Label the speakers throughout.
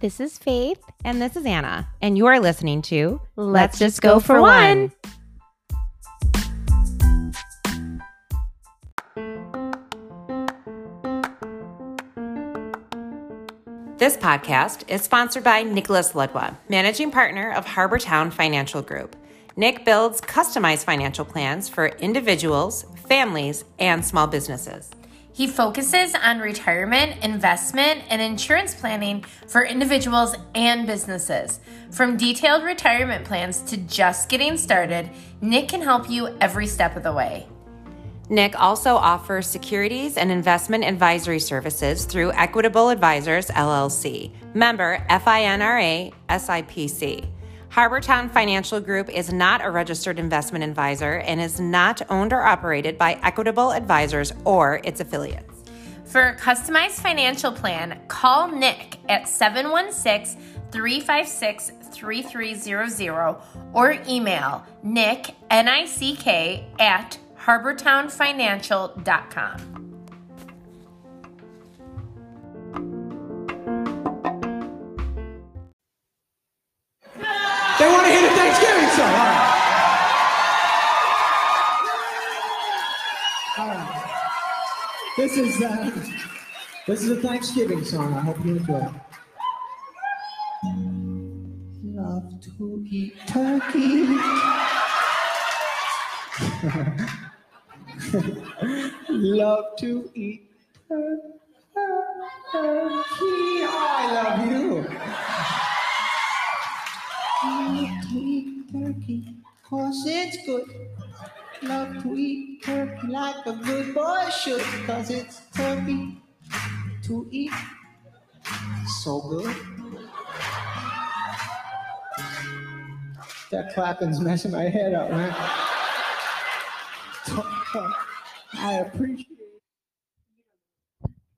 Speaker 1: This is Faith. And this is Anna. And you are listening to
Speaker 2: Let's, just go, for one.
Speaker 1: This podcast is sponsored by Nicholas Ludwa, managing partner of Harbortown Financial Group. Nick builds customized financial plans for individuals, families, and small businesses.
Speaker 2: He focuses on retirement, investment, and insurance planning for individuals and businesses. From detailed retirement plans to just getting started, Nick can help you every step of the way.
Speaker 1: Nick also offers securities and investment advisory services through Equitable Advisors LLC, member FINRA SIPC. Harbortown Financial Group is not a registered investment advisor and is not owned or operated by Equitable Advisors or its affiliates.
Speaker 2: For a customized financial plan, call Nick at 716 356 3300 or email nick, N-I-C-K, at harbortownfinancial.com.
Speaker 3: They want to hear the Thanksgiving song. All right. All right. This is uh, this is a Thanksgiving song. I hope you enjoy. it. Love to eat turkey. love to eat turkey. I love you. Love to eat turkey, cause it's good. Love to eat turkey like a good boy should, cause it's turkey to eat. So good. That clapping's messing my head up, man. I appreciate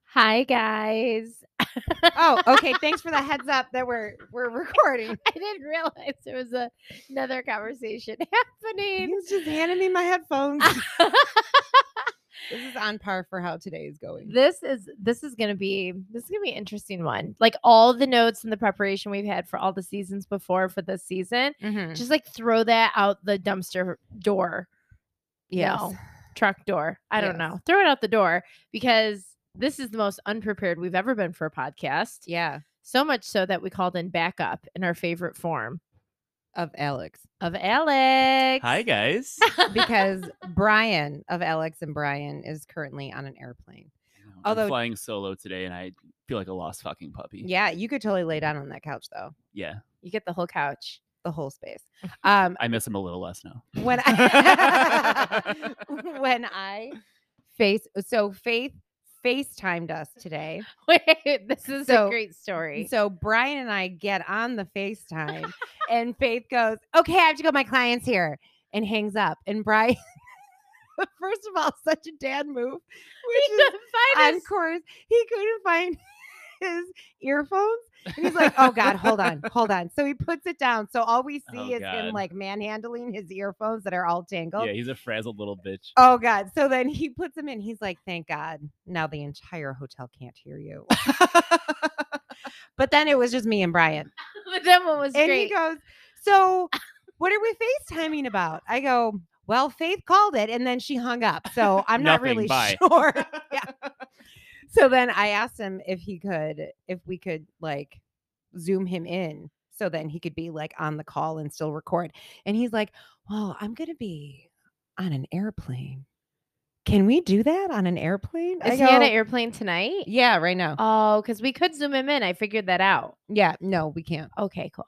Speaker 2: Hi, guys.
Speaker 4: Oh, okay. Thanks for the heads up that we're we're recording.
Speaker 5: I didn't realize there was a, another conversation happening.
Speaker 4: He's just handed me my headphones. this is on par for how today is going.
Speaker 5: This is this is gonna be this is gonna be an interesting one. Like all the notes and the preparation we've had for all the seasons before for this season,
Speaker 4: Mm.
Speaker 1: Mm-hmm.
Speaker 5: just like throw that out the dumpster door. No, truck door. I don't
Speaker 4: Yes.
Speaker 5: know. Throw it out the door because this is the most unprepared we've ever been for a podcast.
Speaker 4: Yeah.
Speaker 5: So much so that we called in backup in our favorite form
Speaker 4: Of Alex.
Speaker 5: of Alex.
Speaker 6: Hi guys.
Speaker 4: Because Brian of Alex and Brian is currently on an airplane. Although-
Speaker 6: I'm flying solo today, and I feel like a lost fucking puppy.
Speaker 4: Yeah, you could totally lay down on that couch though.
Speaker 6: Yeah,
Speaker 5: You get the whole couch.
Speaker 4: The whole space. Um
Speaker 6: I miss him a little less now.
Speaker 4: when I when I face so Faith FaceTimed us today.
Speaker 5: Wait, this is
Speaker 4: So-
Speaker 5: a great story.
Speaker 4: And so Brian and I get on the FaceTime and Faith goes, Okay, I have to go. My client's here and hangs up. And Brian, first of all, such a dad move, which is on
Speaker 5: Find us.
Speaker 4: course. He couldn't find his earphones. And he's like, Oh God, hold on, hold on. So he puts it down. So all we see
Speaker 6: Oh,
Speaker 4: is him
Speaker 6: God.
Speaker 4: like manhandling his earphones that are all tangled.
Speaker 6: Yeah, he's a frazzled little bitch.
Speaker 4: Oh God. So then he puts him in. He's like, thank God. Now the entire hotel can't hear you. but then it was just me and Brian.
Speaker 5: that one was
Speaker 4: and
Speaker 5: great.
Speaker 4: he goes, So what are we FaceTiming about? I go, Well, Faith called it and then she hung up. So I'm not
Speaker 6: Nothing,
Speaker 4: really
Speaker 6: bye."
Speaker 4: sure. yeah. So then I asked him if he could, if we could like zoom him in so then he could be like on the call and still record. And he's like, Well, I'm gonna be on an airplane. Can we do that on an airplane? I
Speaker 5: Is he on
Speaker 4: go,
Speaker 5: an airplane tonight?
Speaker 4: Yeah, right now.
Speaker 5: Oh, because we could zoom him in. I figured that out.
Speaker 4: yeah, no, we can't.
Speaker 5: Okay, cool.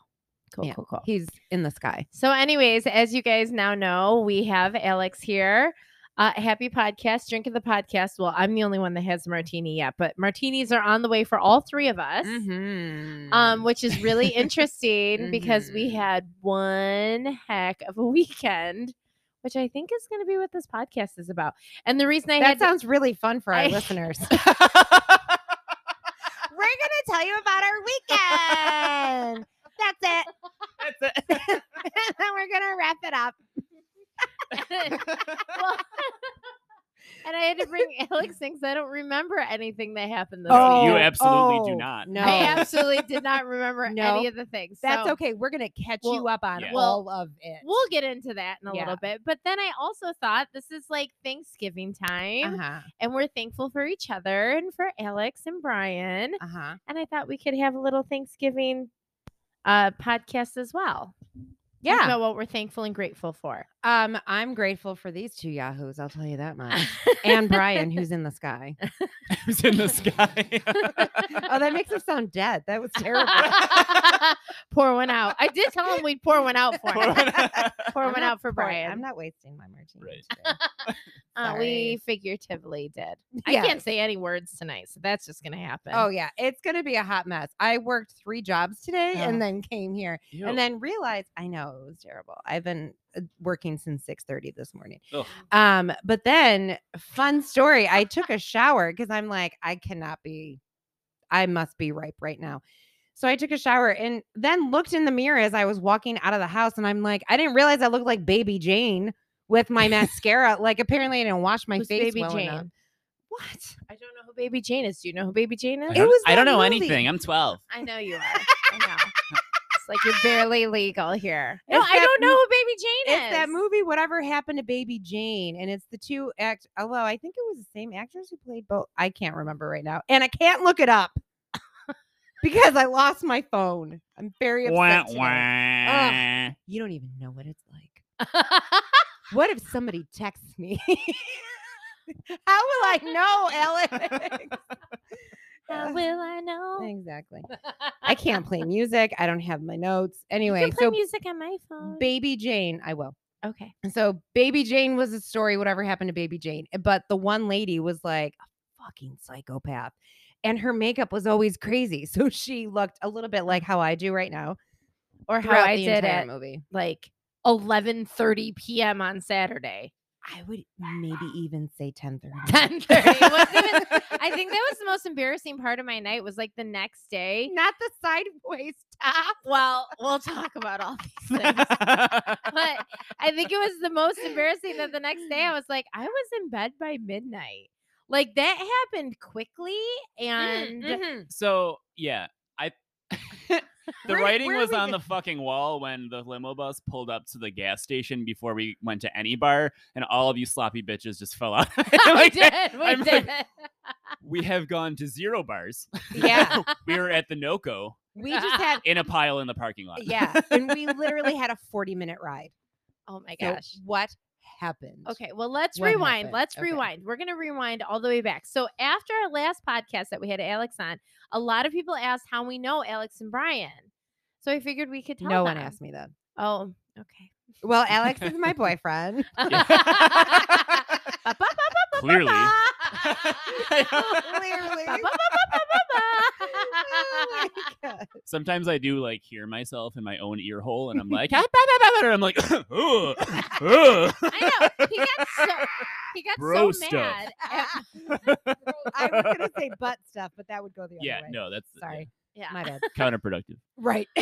Speaker 5: Cool,
Speaker 4: Yeah.
Speaker 5: cool, cool.
Speaker 4: He's in the sky.
Speaker 5: So, anyways, as you guys now know, we have Alex here. Uh, happy podcast, drink of the podcast. Well, I'm the only one that has a martini yet, but martinis are on the way for all three of us.
Speaker 4: Mm-hmm.
Speaker 5: Um, which is really interesting because we
Speaker 4: Mhm.
Speaker 5: had one heck of a weekend, which I think is going to be what this podcast is about. And the reason I
Speaker 4: that
Speaker 5: had to-
Speaker 4: sounds really fun for our
Speaker 5: I-
Speaker 4: listeners.
Speaker 1: We're going to tell you about our weekend. That's it.
Speaker 6: That's it.
Speaker 1: and we're going to wrap it up.
Speaker 5: well, and I had had to bring Alex in because I don't remember anything that happened this
Speaker 4: Oh,
Speaker 5: week.
Speaker 6: you absolutely do
Speaker 4: oh,
Speaker 6: not.
Speaker 4: No.
Speaker 5: I absolutely did not remember
Speaker 4: No.
Speaker 5: any of the things.
Speaker 4: That's
Speaker 5: so
Speaker 4: okay. We're gonna catch
Speaker 5: Well,
Speaker 4: you up on
Speaker 6: yeah.
Speaker 4: all of it.
Speaker 5: We'll get into that in a
Speaker 4: Yeah.
Speaker 5: little bit. But then I also thought this is like Thanksgiving time
Speaker 4: uh-huh.
Speaker 5: and we're thankful for each other and for Alex and Brian.
Speaker 4: Uh-huh.
Speaker 5: And I thought we could have a little Thanksgiving uh podcast as well. Think
Speaker 4: Yeah.
Speaker 5: About what we're thankful and grateful for.
Speaker 4: Um, I'm grateful for these two yahoos, I'll tell you that much. and Brian, who's in the sky.
Speaker 6: Who's in the sky?
Speaker 4: Oh, that makes him sound dead. That was terrible.
Speaker 5: pour one out. I did tell him we'd pour one out for him. Pour
Speaker 4: I'm
Speaker 5: one
Speaker 4: not
Speaker 5: out for
Speaker 4: pouring-
Speaker 5: Brian.
Speaker 4: I'm not wasting my martini.
Speaker 6: Right.
Speaker 4: today.
Speaker 5: Uh, we figuratively did. I can't say any words tonight, so that's just gonna happen.
Speaker 4: Oh yeah, it's gonna be a hot mess. I worked three jobs today
Speaker 5: Ugh.
Speaker 4: and then came here
Speaker 6: Ew.
Speaker 4: and then realized I know it was terrible. I've been uh, working since six thirty this morning.
Speaker 6: Ugh.
Speaker 4: Um, but then fun story, I took a shower because I'm like, I cannot be, I must be ripe right now. So I took a shower and then looked in the mirror as I was walking out of the house and I'm like, I didn't realize I looked like baby Jane with my mascara. Like apparently I didn't wash my
Speaker 5: Who's
Speaker 4: face
Speaker 5: Baby
Speaker 4: well
Speaker 5: Jane?
Speaker 4: enough. What?
Speaker 5: I don't know who Baby Jane is. Do you know who Baby Jane
Speaker 6: I
Speaker 5: is?
Speaker 4: It
Speaker 6: don't-
Speaker 4: was
Speaker 6: I don't
Speaker 4: that
Speaker 6: know
Speaker 4: movie.
Speaker 6: anything. I'm 12.
Speaker 5: I know you are. I know. It's like you're barely legal here. No,
Speaker 4: It's
Speaker 5: I
Speaker 4: that
Speaker 5: don't
Speaker 4: mo-
Speaker 5: know who Baby Jane is.
Speaker 4: It's that movie, Whatever Happened to Baby Jane. And it's the two act although I think it was the same actors who played both. I can't remember right now. And I can't look it up because I lost my phone. I'm very upset. today.
Speaker 6: wah.
Speaker 4: You don't even know what it's like. What if somebody texts me? How will I know, Alex?
Speaker 5: How
Speaker 4: Ugh,
Speaker 5: will I know?
Speaker 4: exactly. I can't play music. I don't have my notes.
Speaker 5: You
Speaker 4: Anyway,
Speaker 5: can play
Speaker 4: so
Speaker 5: music on my phone.
Speaker 4: Baby Jane, I will.
Speaker 5: okay.
Speaker 4: So Baby Jane was a story, whatever happened to Baby Jane. eh, But the one lady was like a fucking psychopath. And her makeup was always crazy. So she looked a little bit like how I do right now.
Speaker 5: Or how
Speaker 4: throughout
Speaker 5: I
Speaker 4: the
Speaker 5: did
Speaker 4: entire
Speaker 5: it
Speaker 4: movie.
Speaker 5: like 11:30 p.m. on Saturday.
Speaker 4: I would maybe even say 10
Speaker 5: 10:30.
Speaker 4: Oh,
Speaker 5: It wasn't even- I think that was the most embarrassing part of my night was like the next day.
Speaker 4: Not the sideways top.
Speaker 5: Well, we'll talk about all these things. but I think it was the most embarrassing that the next day I was like, I was in bed by midnight. Like that happened quickly and
Speaker 6: mm-hmm. so, yeah. I The
Speaker 4: Where-
Speaker 6: writing
Speaker 4: where
Speaker 6: was
Speaker 4: we
Speaker 6: on
Speaker 4: go-
Speaker 6: the fucking wall when the limo bus pulled up to the gas station before we went to any bar, and all of you sloppy bitches just fell out.
Speaker 5: we
Speaker 6: Like,
Speaker 5: did. We
Speaker 6: I'm like-
Speaker 5: did.
Speaker 6: we have gone to zero bars.
Speaker 4: Yeah.
Speaker 6: we were at the NOCO
Speaker 4: We just had
Speaker 6: in a pile in the parking lot.
Speaker 4: yeah. And we literally had a 40 minute ride.
Speaker 5: oh my
Speaker 4: So
Speaker 5: gosh.
Speaker 4: what happened?
Speaker 5: Okay, well, let's
Speaker 4: What
Speaker 5: rewind.
Speaker 4: happened?
Speaker 5: Let's
Speaker 4: Okay.
Speaker 5: rewind. We're going to rewind all the way back. So, after our last podcast that we had Alex on, a lot of people asked how we know Alex and Brian. So, I figured we could tell
Speaker 4: No one
Speaker 5: them.
Speaker 4: asked me that.
Speaker 5: Oh, okay.
Speaker 4: Well, Alex is my boyfriend.
Speaker 6: Clearly.
Speaker 4: Clearly.
Speaker 5: Ba, ba,
Speaker 4: Oh my God.
Speaker 6: Sometimes I do like hear myself in my own ear hole and I'm like, "Ah, bah, bah, bah, bah," and I'm like, "Ugh, ugh."
Speaker 5: I know. He got so, he got
Speaker 6: Bro
Speaker 5: so
Speaker 6: stuff.
Speaker 5: mad. at-
Speaker 4: I was gonna say butt stuff, but that would go the other
Speaker 6: yeah,
Speaker 4: way.
Speaker 6: no, that's yeah,
Speaker 4: Sorry.
Speaker 5: yeah.
Speaker 4: My bad.
Speaker 6: counterproductive.
Speaker 4: Right.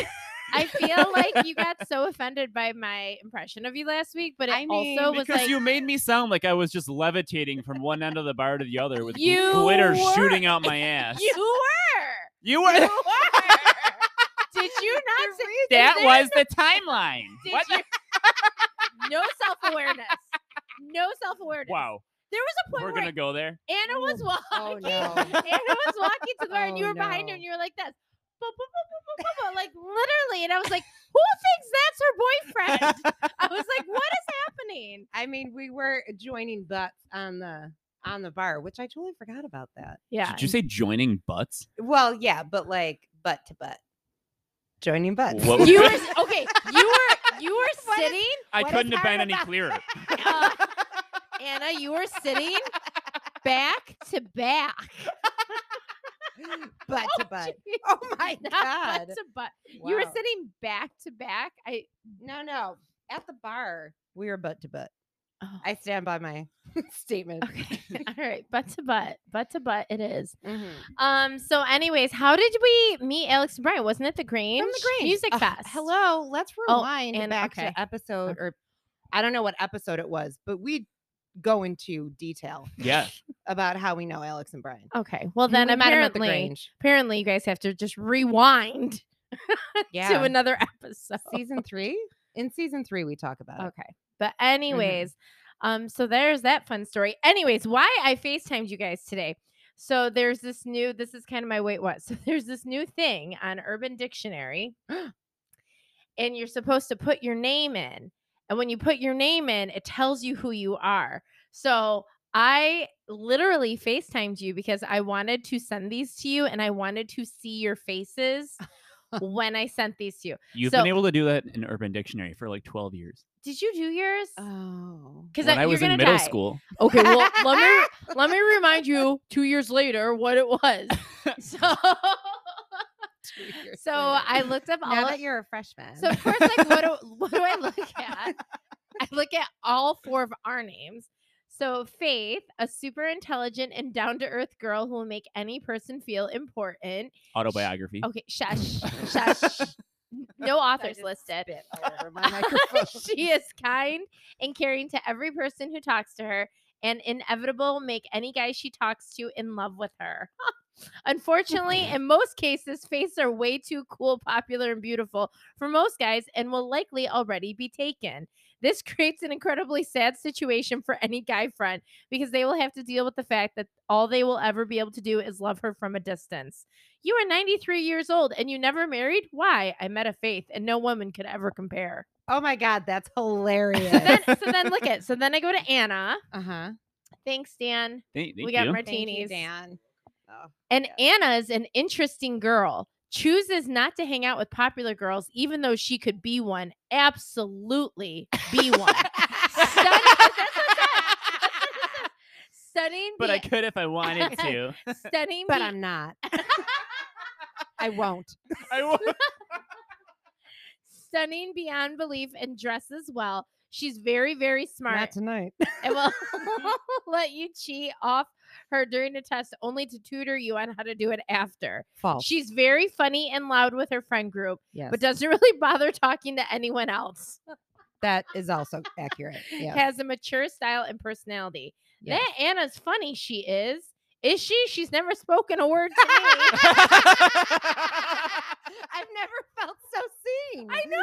Speaker 5: I feel like you got so offended by my impression of you last week, but it
Speaker 4: I
Speaker 5: also
Speaker 4: mean,
Speaker 5: was
Speaker 6: Because
Speaker 5: like
Speaker 6: you made me sound like I was just levitating from one end of the bar to the other with gl-
Speaker 5: You
Speaker 6: glitter
Speaker 5: were.
Speaker 6: shooting out my ass.
Speaker 5: you were.
Speaker 6: You were.
Speaker 5: Did you not say
Speaker 6: that
Speaker 5: there
Speaker 6: was the timeline.
Speaker 5: Did
Speaker 6: What? the-
Speaker 5: you- no self awareness? No self awareness.
Speaker 6: Wow.
Speaker 5: There was a point
Speaker 6: We're
Speaker 5: where
Speaker 6: gonna go there.
Speaker 5: Anna was walking.
Speaker 4: Oh, no.
Speaker 5: Anna was walking to the bar, and you
Speaker 4: Oh,
Speaker 5: were behind her,
Speaker 4: no.
Speaker 5: and you were like this, "Bu- bu- bu- bu- bu- bu- bu," like literally. And I was like, "Who thinks that's her boyfriend?" I was like, "What is happening?"
Speaker 4: I mean, we were joining butts on the on the bar, which I totally forgot about that.
Speaker 5: Yeah.
Speaker 6: Did you say joining butts?
Speaker 4: Well, yeah, but like butt to butt. Joining butts.
Speaker 6: What-
Speaker 5: You were okay. You were you were
Speaker 4: What is-
Speaker 5: sitting,
Speaker 6: I
Speaker 4: What is
Speaker 6: couldn't have
Speaker 4: hard
Speaker 6: been any
Speaker 4: about-
Speaker 6: clearer.
Speaker 5: uh, Anna. You were sitting back to back.
Speaker 4: butt to butt. Oh my
Speaker 5: Not
Speaker 4: god.
Speaker 5: butt to butt. You were
Speaker 4: Wow.
Speaker 5: sitting back to back. I
Speaker 4: No, no. At the bar, we were butt to butt.
Speaker 5: Oh.
Speaker 4: I stand by my statement.
Speaker 5: okay. All right, butt to butt, butt to butt. It is.
Speaker 4: Mm-hmm.
Speaker 5: Um. So, anyways, how did we meet Alex and Brian? Wasn't it the Grange?
Speaker 4: From the Grange.
Speaker 5: Music
Speaker 4: Uh,
Speaker 5: Fest.
Speaker 4: Hello, let's
Speaker 5: Oh,
Speaker 4: rewind
Speaker 5: and-
Speaker 4: back
Speaker 5: okay.
Speaker 4: to episode or I don't know what episode it was, but we go into detail
Speaker 6: Yeah.
Speaker 4: about how we know Alex and Brian.
Speaker 5: Okay. Well, then
Speaker 4: we met him at the
Speaker 5: apparently,
Speaker 4: Grange.
Speaker 5: apparently, you guys have to just rewind to
Speaker 4: Yeah.
Speaker 5: another episode.
Speaker 4: season three. In season three, we talk about it.
Speaker 5: Okay. But
Speaker 6: Mm-hmm.
Speaker 5: anyways, um, so there's that fun story. Anyways, why I FaceTimed you guys today. So there's this new, this is kind of my wait, what? So there's this new thing on Urban Dictionary, and you're supposed to put your name in. And when you put your name in, it tells you who you are. So I literally FaceTimed you because I wanted to send these to you and I wanted to see your faces when I sent these to you.
Speaker 6: You've
Speaker 5: So-
Speaker 6: been able to do that in Urban Dictionary for like 12 years.
Speaker 5: Did you do yours?
Speaker 4: Oh.
Speaker 5: Because
Speaker 6: Uh, when I
Speaker 5: you're
Speaker 6: was
Speaker 5: gonna
Speaker 6: in middle
Speaker 5: die.
Speaker 6: school,
Speaker 5: Okay, well, let me let me remind you two years later what it was. So, so I looked up all.
Speaker 4: now that
Speaker 5: Of,
Speaker 4: you're a freshman.
Speaker 5: so of course, like what do what do I look at? I look at all four of our names. So Faith, a super intelligent and down to earth girl who will make any person feel important.
Speaker 6: autobiography.
Speaker 5: Okay, shush, shush. No authors
Speaker 4: just
Speaker 5: listed.
Speaker 4: spit all over my microphone.
Speaker 5: she is kind and caring to every person who talks to her and inevitable make any guy she talks to in love with her unfortunately in most cases faces are way too cool popular and beautiful for most guys and will likely already be taken this creates an incredibly sad situation for any guy friend because they will have to deal with the fact that all they will ever be able to do is love her from a distance you are 93 years old and you never married why i met a faith and no woman could ever compare
Speaker 4: oh my God, that's hilarious.
Speaker 5: so then, so then look at. So then I go to Anna.
Speaker 4: uh huh.
Speaker 5: Thanks, Dan.
Speaker 6: Thank, thank
Speaker 5: we got
Speaker 6: you.
Speaker 5: martinis.
Speaker 4: Dan. Oh.
Speaker 5: and
Speaker 4: yeah.
Speaker 5: Anna is an interesting girl. Chooses not to hang out with popular girls, even though she could be one. Absolutely be one. Stunning. Stunning.
Speaker 6: but I
Speaker 5: be-
Speaker 6: could if I wanted to.
Speaker 5: stunning.
Speaker 4: But
Speaker 5: be-
Speaker 4: I'm not. I won't.
Speaker 6: I won't.
Speaker 5: stunning beyond belief and dresses well. She's very, very smart.
Speaker 4: Not tonight.
Speaker 5: and will let you cheat off her during the test only to tutor you on how to do it after.
Speaker 4: False.
Speaker 5: She's very funny and loud with her friend group,
Speaker 4: yes.
Speaker 5: but doesn't really bother talking to anyone else.
Speaker 4: that is also accurate. Yeah.
Speaker 5: Has a mature style and personality.
Speaker 4: Yes.
Speaker 5: That Anna's funny, she is. Is she? She's never spoken a word to me.
Speaker 4: I've never felt so seen.
Speaker 5: I know.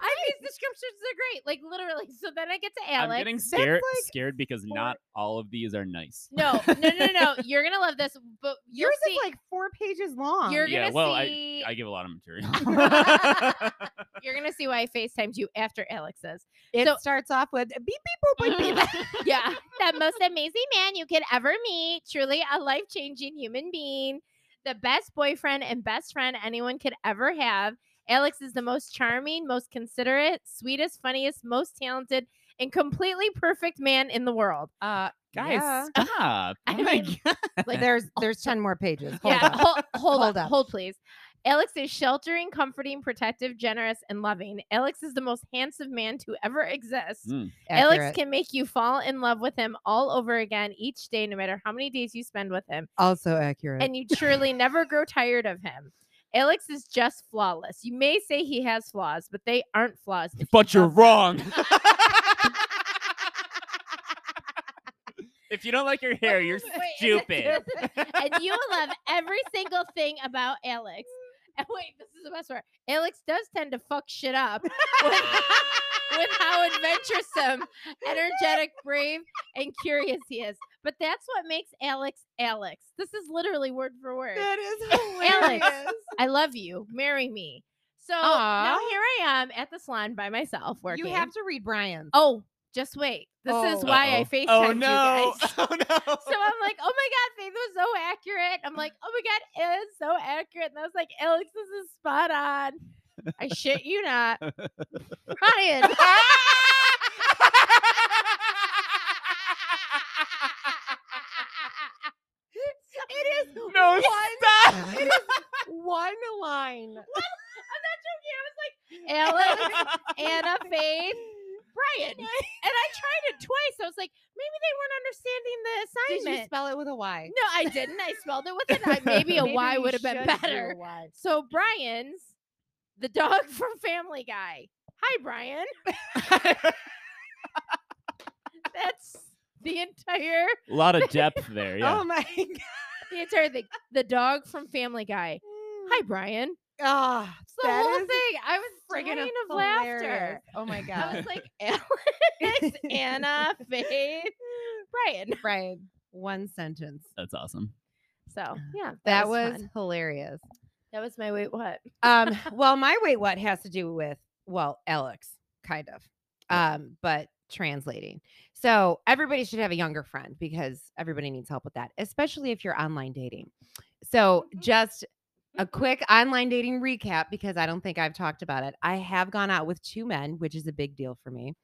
Speaker 5: I these descriptions are great. Like literally. So then I get to Alex.
Speaker 6: I'm getting scared
Speaker 4: like
Speaker 6: scared because not all of these are nice.
Speaker 5: no, no, no, no. You're gonna love this, but you'll
Speaker 4: Yours
Speaker 5: see.
Speaker 4: is like four pages long.
Speaker 5: you're
Speaker 6: Yeah,
Speaker 5: gonna
Speaker 6: well, I-
Speaker 5: see.
Speaker 6: I give a lot of material.
Speaker 5: You're gonna see why I FaceTimed you after Alex's.
Speaker 4: it
Speaker 5: so-
Speaker 4: starts off with beep beep boop boop beep.
Speaker 5: Yeah. the most amazing man you could ever meet. Truly a life changing human being. The best boyfriend and best friend anyone could ever have. Alex is the most charming, most considerate, sweetest, funniest, most talented, and completely perfect man in the world.
Speaker 4: Uh,
Speaker 6: Guys,
Speaker 4: yeah.
Speaker 6: stop.
Speaker 5: I
Speaker 6: Oh my
Speaker 5: mean,
Speaker 6: God.
Speaker 5: Like
Speaker 4: there's there's ten more pages. Hold
Speaker 5: yeah,
Speaker 4: on.
Speaker 5: Hold, hold,
Speaker 4: Hold
Speaker 5: up,
Speaker 4: up.
Speaker 5: hold please. Alex is sheltering, comforting, protective, generous, and loving. Alex is the most handsome man to ever exist.
Speaker 6: Mm.
Speaker 4: Accurate.
Speaker 5: Alex can make you fall in love with him all over again each day, no matter how many days you spend with him,
Speaker 4: also accurate.
Speaker 5: and you truly never grow tired of him. Alex is just flawless. You may say he has flaws, but they aren't flaws. if he
Speaker 6: But you're
Speaker 5: doesn't.
Speaker 6: wrong. if you don't like your hair, you're
Speaker 5: Wait, and
Speaker 6: stupid.
Speaker 5: and you will love every single thing about Alex. And wait, this is the best part. Alex does tend to fuck shit up with, with how adventuresome, energetic, brave, and curious he is. But that's what makes Alex Alex. This is literally word for word.
Speaker 4: that is hilarious.
Speaker 5: I love you. Marry me. So now
Speaker 4: Aw.
Speaker 5: here I am at the salon by myself working.
Speaker 4: You have to read Brian's.
Speaker 5: Oh, just wait. This is
Speaker 4: Oh.
Speaker 5: why I FaceTimed
Speaker 6: Oh
Speaker 5: you
Speaker 6: no.
Speaker 5: guys.
Speaker 6: Oh no.
Speaker 5: So I'm like, oh my god, Faith was so accurate. I'm like, oh my god, it is so accurate. And I was like, Alex, this is spot on. I shit you not, Brian. it is
Speaker 6: no, stop.
Speaker 4: It is one line.
Speaker 5: Alex, Anna, Faith, Brian. And I tried it twice. I was like, maybe they weren't understanding the
Speaker 4: Did
Speaker 5: assignment.
Speaker 4: you spell it with a Y?
Speaker 5: no, I didn't. I spelled it with an I. Maybe a Y
Speaker 4: you
Speaker 5: would have been
Speaker 4: should do a
Speaker 5: better.
Speaker 4: Y.
Speaker 5: So Brian's the dog from Family Guy. Hi, Brian. That's the entire
Speaker 6: A lot of depth there. Yeah.
Speaker 4: Oh my god.
Speaker 5: the entire thing. The dog from Family Guy. Hi, Brian.
Speaker 4: Ah,
Speaker 5: It's the
Speaker 4: that
Speaker 5: whole
Speaker 4: is
Speaker 5: thing. I was
Speaker 4: friggin'
Speaker 5: friggin' of
Speaker 4: hilarious.
Speaker 5: laughter.
Speaker 4: Oh my
Speaker 5: I
Speaker 4: god.
Speaker 5: was like, Alex, Anna, Faith, Brian.
Speaker 4: Brian, one sentence.
Speaker 6: That's awesome.
Speaker 5: So yeah, that,
Speaker 4: That
Speaker 5: was,
Speaker 4: was
Speaker 5: fun.
Speaker 4: hilarious.
Speaker 5: that was my wait. What?
Speaker 4: um well my wait what has to do with well alex kind of um but translating so everybody should have a younger friend because everybody needs help with that especially if you're online dating so just a quick online dating recap because i don't think i've talked about it i have gone out with two men which is a big deal for me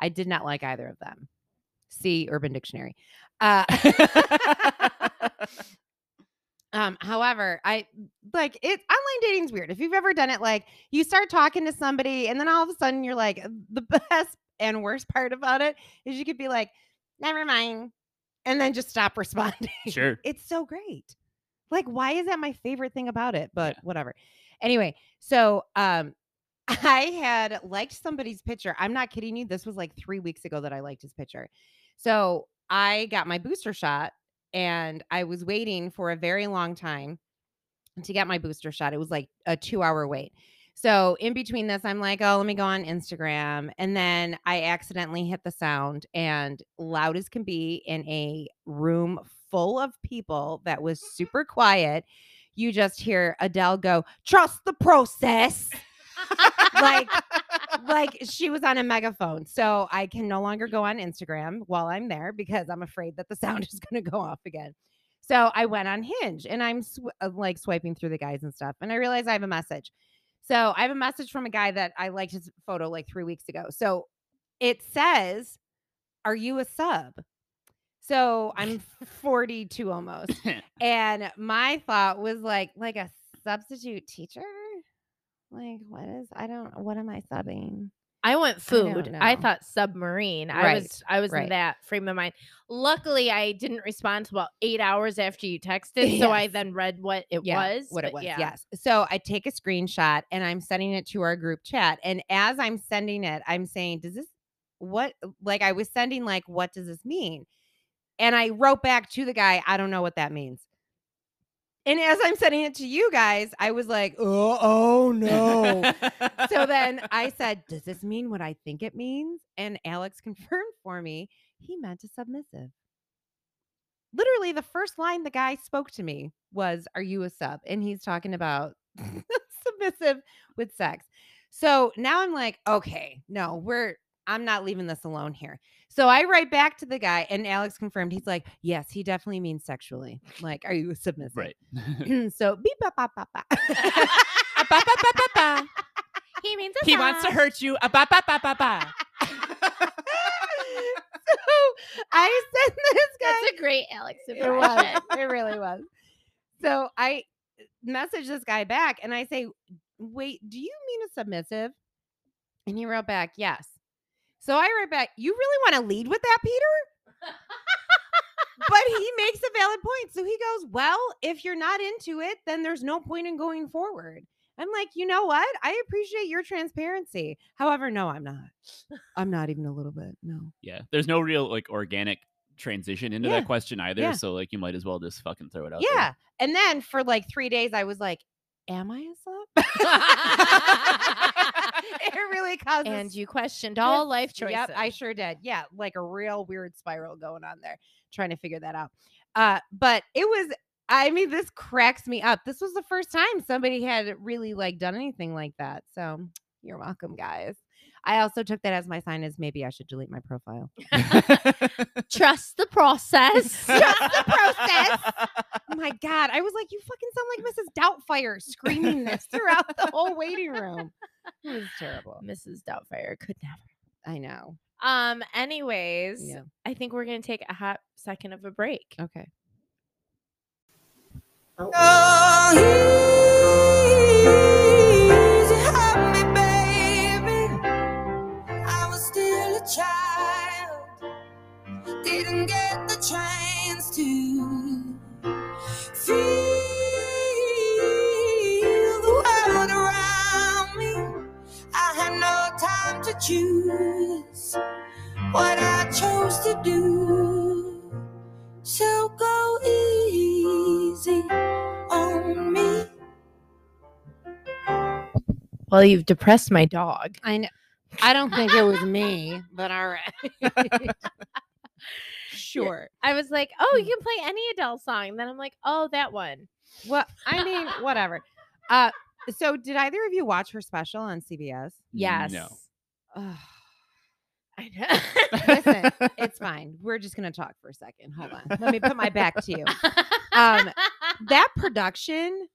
Speaker 4: i did not like either of them see urban dictionary uh, um however i like it online dating's weird. If you've ever done it, like you start talking to somebody, and then all of a sudden you're like, the best and worst part about it is you could be like, never mind, and then just stop responding.
Speaker 6: Sure.
Speaker 4: It's so great. Like, why is that my favorite thing about it? But
Speaker 6: Yeah.
Speaker 4: whatever. Anyway, so um I had liked somebody's picture. I'm not kidding you. This was like three weeks ago that I liked his picture. So I got my booster shot and I was waiting for a very long time to get my booster shot. It was like a two hour wait. So in between this, I'm like, oh, let me go on Instagram. And then I accidentally hit the sound and loud as can be in a room full of people that was super quiet. You just hear Adele go, trust the process. like, like she was on a megaphone. So I can no longer go on Instagram while I'm there because I'm afraid that the sound is going to go off again. So I went on Hinge and I'm sw- uh, like swiping through the guys and stuff. And I realize I have a message. So I have a message from a guy that I liked his photo like three weeks ago. So it says, Are you a sub? So I'm 42 almost. and my thought was like, like a substitute teacher? Like, what is I don't what am I subbing?
Speaker 5: I went
Speaker 4: don't
Speaker 5: food. I,
Speaker 4: know.
Speaker 5: thought submarine. I was I was
Speaker 4: right.
Speaker 5: in that frame of mind. Luckily, I didn't respond till about eight hours after you texted, so I
Speaker 4: Yes.
Speaker 5: then read what it
Speaker 4: Yeah,
Speaker 5: was.
Speaker 4: What it
Speaker 5: but
Speaker 4: was.
Speaker 5: yeah.
Speaker 4: Yes. So I take a screenshot and I'm sending it to our group chat. And as I'm sending it, I'm saying, does this what like I was sending like what does this mean? And I wrote back to the guy, I don't know what that means. And as I'm sending it to you guys, I was like, oh, oh no so then I said, Does this mean what I think it means? And Alex confirmed for me he meant a submissive. Literally, the first line the guy spoke to me was, Are you a sub? And he's talking about submissive with sex. So now I'm like, Okay, no, we're. I'm not leaving this alone here. So I write back to the guy, and Alex confirmed. He's like, "Yes, he definitely means sexually. Like, are you a submissive?"
Speaker 6: right.
Speaker 4: so beep, ba, ba, ba, ba. Ba, ba, ba, ba, ba.
Speaker 5: He means a song.
Speaker 6: hurt you. Ah, ba, ba, ba, ba, ba.
Speaker 4: so I sent this guy.
Speaker 5: That's a great Alex
Speaker 4: It
Speaker 5: impression.
Speaker 4: was. It really was. So I messaged this guy back and I say, wait, do you mean a submissive? And he wrote back, yes. So I wrote back, you really want to lead with that, Peter? but he makes a valid point. So he goes, well, if you're not into it, then there's no point in going forward. I'm like, you know what? I appreciate your transparency. However, no, I'm not. I'm not even a little bit. No.
Speaker 6: Yeah. There's no real like organic transition into
Speaker 4: Yeah.
Speaker 6: that question either.
Speaker 4: Yeah.
Speaker 6: So like you might as well just fucking throw it out. there.
Speaker 4: Yeah. And then for like three days, I was like, am I a sub? it really causes.
Speaker 5: and you questioned all life choices.
Speaker 4: Yep, I sure did. Yeah, like a real weird spiral going on there, trying to figure that out. Uh, but it was, I mean, this cracks me up. This was the first time somebody had really like done anything like that. So you're welcome, guys. I also took that as my sign as maybe I should delete my profile.
Speaker 5: trust the process.
Speaker 4: the process. Oh my God, I was like, you fucking sound like Mrs. Doubtfire screaming this throughout the whole waiting room. It was terrible.
Speaker 5: Mrs. Doubtfire could never.
Speaker 4: I know.
Speaker 5: Um. Anyways,
Speaker 4: Yeah.
Speaker 5: I think we're gonna take a hot second of a break.
Speaker 4: Okay.
Speaker 7: didn't get the chance to feel the world around me. I had no time to choose what I chose to do.
Speaker 5: Well, you've depressed my dog.
Speaker 4: I know. I don't think it was me, but all right. sure.
Speaker 5: I was like, oh, you can play any Adele song. And then I'm like, oh, that one.
Speaker 4: Well, I mean, whatever. Uh, so did either of you watch her special on CBS?
Speaker 5: Yes.
Speaker 6: No.
Speaker 4: Ugh,
Speaker 5: I know.
Speaker 4: listen, it's fine. We're just gonna talk for a second. Hold on. Let me put my back to you. Um, that production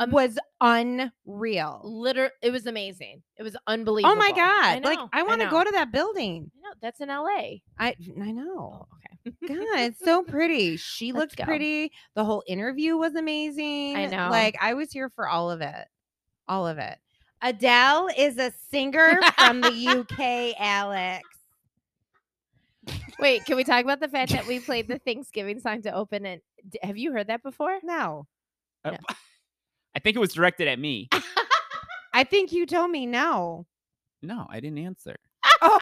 Speaker 5: Um,
Speaker 4: was unreal.
Speaker 5: Literally, it was amazing. It was unbelievable.
Speaker 4: Oh my god! like
Speaker 5: know,
Speaker 4: I want to
Speaker 5: know.
Speaker 4: go to that building.
Speaker 5: I know, that's in LA.
Speaker 4: I I know.
Speaker 5: Oh, okay.
Speaker 4: God, it's so pretty. She
Speaker 5: Let's
Speaker 4: looked
Speaker 5: go.
Speaker 4: pretty. The whole interview was amazing.
Speaker 5: know.
Speaker 4: Like I was here for all of it. All of it. Adele is a singer from the UK, Alex.
Speaker 5: Wait, can we talk about the fact that we played the Thanksgiving song to open it? D- Have you heard that before?
Speaker 4: No.
Speaker 6: I think it was directed at me.
Speaker 4: I think you told me no.
Speaker 6: No, I didn't answer.
Speaker 4: Oh.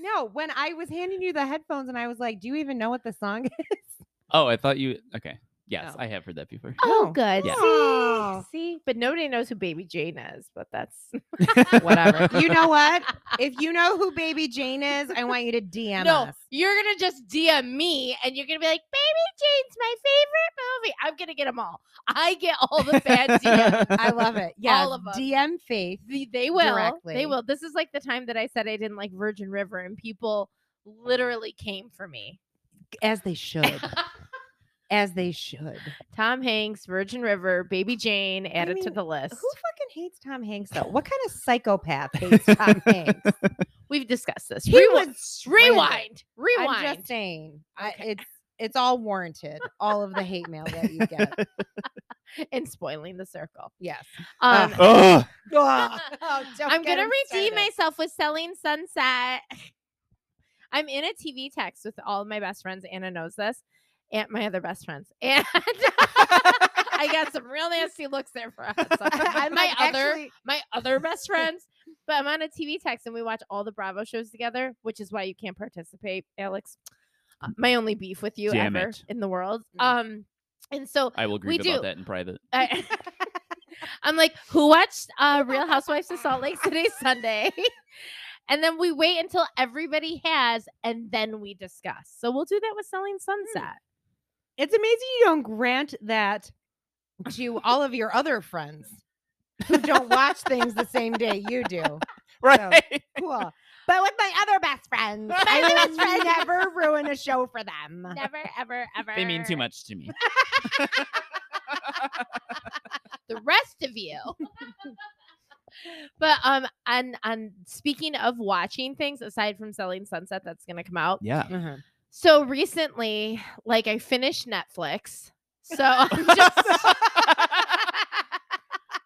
Speaker 4: No, when I was handing you the headphones and I was like, "Do you even know what the song is?"
Speaker 6: Oh, I thought you. Okay. Yes,
Speaker 4: No.
Speaker 6: I have heard that before.
Speaker 5: Oh,
Speaker 4: No.
Speaker 5: good.
Speaker 6: Yeah.
Speaker 4: Oh.
Speaker 5: See, see, but nobody knows who Baby Jane is. But that's
Speaker 6: Whatever.
Speaker 4: You know what? If you know who Baby Jane is, I want you to DM
Speaker 5: no.
Speaker 4: us.
Speaker 5: You're gonna just DM me, and you're gonna be like, "Baby Jane's my favorite movie." I'm gonna get them all. I get all the bad DMs.
Speaker 4: I love it. Yeah,
Speaker 5: All of 'em.
Speaker 4: DM Faith.
Speaker 5: The- They will.
Speaker 4: Directly.
Speaker 5: They will. This is like the time that I said I didn't like Virgin River, and people literally came for me.
Speaker 4: as they should. as they should.
Speaker 5: Tom Hanks, Virgin River, Baby Jane added to
Speaker 4: mean,
Speaker 5: the list.
Speaker 4: Who fucking hates Tom Hanks though? What kind of psychopath hates Tom Hanks?
Speaker 5: We've discussed this.
Speaker 4: He
Speaker 5: Rewi-
Speaker 4: was stranded.
Speaker 5: rewind. Rewind.
Speaker 4: I'm just saying, I,
Speaker 5: Okay.
Speaker 4: it's it's all warranted. All of the hate mail that you get.
Speaker 5: and spoiling the circle.
Speaker 4: Yes.
Speaker 5: Um,
Speaker 6: oh,
Speaker 4: Ugh. Oh, don't
Speaker 5: I'm
Speaker 4: get
Speaker 5: gonna
Speaker 4: him started.
Speaker 5: redeem myself with selling sunset. I'm in a TV text with all of my best friends. Anna knows this, and my other best friends. And I got some real nasty looks there for us.
Speaker 4: I'm
Speaker 5: my
Speaker 4: like,
Speaker 5: other
Speaker 4: actually-
Speaker 5: my other best friends. But I'm on a TV text and we watch all the Bravo shows together, which is why you can't participate, Alex. Uh, My only beef with you
Speaker 6: Damn
Speaker 5: ever
Speaker 6: it.
Speaker 5: in the world.
Speaker 4: Mm.
Speaker 5: Um, and so
Speaker 6: I will
Speaker 5: We
Speaker 6: grieve about
Speaker 5: do.
Speaker 6: that in private.
Speaker 5: I, am like, who watched uh, Real Housewives of Salt Lake City Sunday? and then we wait until everybody has, and then we discuss. So we'll do that with Selling Sunset.
Speaker 4: it's amazing you don't grant that to all of your other friends who don't watch things the same day you do.
Speaker 6: Right.
Speaker 4: cool. But with my other best friends, I
Speaker 5: other best
Speaker 4: will
Speaker 5: friends.
Speaker 4: never ruin a show for them.
Speaker 5: Never, ever, ever.
Speaker 6: They mean too much to me.
Speaker 5: The rest of you. but um, and and speaking of watching things, aside from Selling Sunset, that's gonna come out.
Speaker 6: Yeah.
Speaker 4: Uh-huh.
Speaker 5: So recently, like I finished Netflix. So I'm just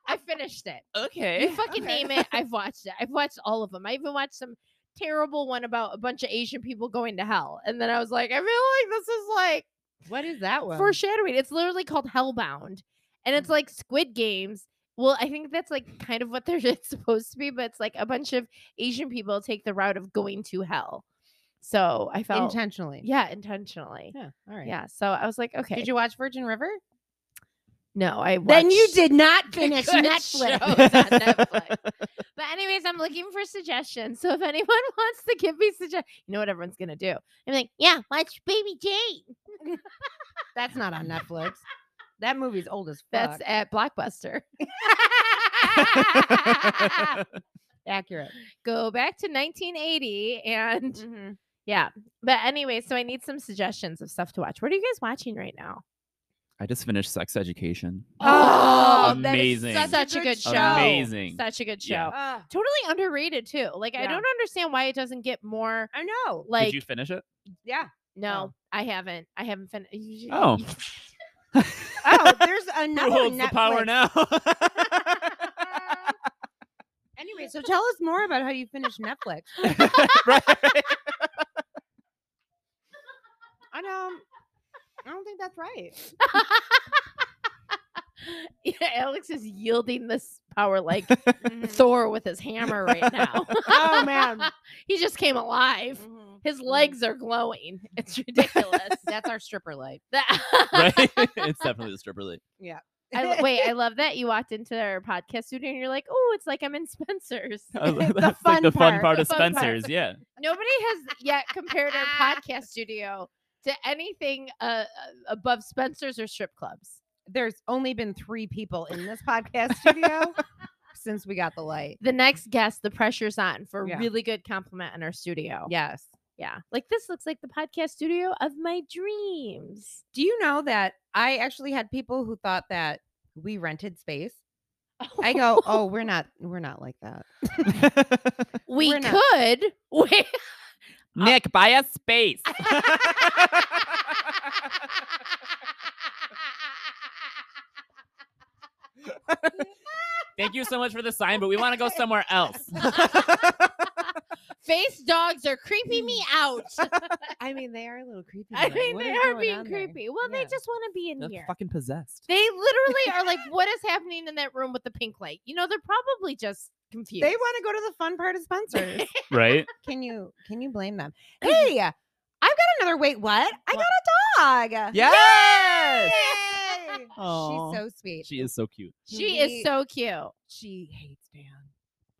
Speaker 5: I finished it.
Speaker 6: Okay.
Speaker 5: You fucking name it. I've watched it. I've watched all of them. I even watched some terrible one about a bunch of Asian people going to hell. And then I was like, I feel like this is like
Speaker 4: What is that one?
Speaker 5: foreshadowing. It's literally called Hellbound. And
Speaker 4: Mm.
Speaker 5: it's like Squid Games. Well, I think that's like kind of what they're it's supposed to be, but it's like a bunch of Asian people take the route of going to hell. So I felt
Speaker 4: intentionally.
Speaker 5: yeah, intentionally.
Speaker 4: Yeah. All right.
Speaker 5: Yeah. So I was like, okay.
Speaker 4: Did you watch Virgin River?
Speaker 5: No, I watched
Speaker 4: Then you did not finish
Speaker 5: good
Speaker 4: Netflix.
Speaker 5: shows on Netflix. but anyways, I'm looking for suggestions. So if anyone wants to give me suggestions, you know what everyone's gonna do. I'm like, yeah, watch Baby Jane.
Speaker 4: That's not on Netflix. That movie's old as fuck.
Speaker 5: That's at Blockbuster.
Speaker 4: accurate.
Speaker 5: Go back to 1980 and
Speaker 4: Mm-hmm.
Speaker 5: yeah. But anyway, so I need some suggestions of stuff to watch. What are you guys watching right now?
Speaker 6: I just finished sex education.
Speaker 4: Oh,
Speaker 6: that is such Amazing.
Speaker 5: Such a good show.
Speaker 6: Amazing.
Speaker 5: Such a good show.
Speaker 6: Yeah.
Speaker 4: Ugh,
Speaker 5: Totally underrated too. Like I
Speaker 4: Yeah.
Speaker 5: don't understand why it doesn't get more
Speaker 4: I know. Oh.
Speaker 5: like
Speaker 6: Did you finish it?
Speaker 4: Yeah.
Speaker 5: No, I haven't. I haven't finished.
Speaker 6: Oh.
Speaker 4: Oh, there's another
Speaker 6: Who holds
Speaker 4: Netflix.
Speaker 6: the power now?
Speaker 4: Anyway, so tell us more about how you finished Netflix.
Speaker 6: right.
Speaker 4: I don't. I don't think that's right.
Speaker 5: yeah, Alex is yielding this power like Thor with his hammer right now.
Speaker 4: Mm-hmm. Oh man,
Speaker 5: he just came alive.
Speaker 4: Mhm.
Speaker 5: His legs are glowing. It's ridiculous.
Speaker 4: that's our stripper light.
Speaker 5: That-
Speaker 6: Right. it's definitely the stripper league.
Speaker 5: I, wait, I love that you walked into our podcast studio and you're like, oh, it's like I'm in Spencer's.
Speaker 6: That's
Speaker 4: fun
Speaker 6: like the fun
Speaker 4: part,
Speaker 6: part
Speaker 5: the
Speaker 6: of
Speaker 5: fun part.
Speaker 6: Spencer's. Yeah.
Speaker 5: Nobody has yet compared our podcast studio to anything uh, above Spencer's or strip clubs.
Speaker 4: There's only been three people in this podcast studio since we got the light.
Speaker 5: The next guest, the pressure's on for a
Speaker 4: Yeah.
Speaker 5: really good compliment in our studio.
Speaker 4: Yes.
Speaker 5: Yeah. Like this looks like the podcast studio of my dreams.
Speaker 4: Do you know that I actually had people who thought that we rented space? I go, oh, we're not, we're not like that.
Speaker 5: we
Speaker 4: we're not-
Speaker 5: could. We-
Speaker 6: Nick, buy us space. Thank you so much for the sign, but we want to go somewhere else.
Speaker 5: Face dogs are creeping me out.
Speaker 4: I mean, they are a little creepy.
Speaker 5: I
Speaker 4: tonight.
Speaker 5: mean,
Speaker 4: What
Speaker 5: they
Speaker 4: is
Speaker 5: are
Speaker 4: going
Speaker 5: being
Speaker 4: on there?
Speaker 5: creepy. Well,
Speaker 4: Yeah.
Speaker 5: they just want to be in
Speaker 6: They're
Speaker 5: here.
Speaker 6: fucking possessed.
Speaker 5: They literally are like, what is happening in that room with the pink light? You know, they're probably just confused.
Speaker 4: They want to go to the fun part of Spencer's.
Speaker 6: Right?
Speaker 4: can you can you blame them? Hey, I've got another. Wait, what? I got a dog.
Speaker 6: Yes.
Speaker 4: Yay!
Speaker 6: Aw.
Speaker 4: She's so sweet.
Speaker 6: She is so cute.
Speaker 5: She
Speaker 4: We-
Speaker 5: is so cute.
Speaker 4: She hates Dan,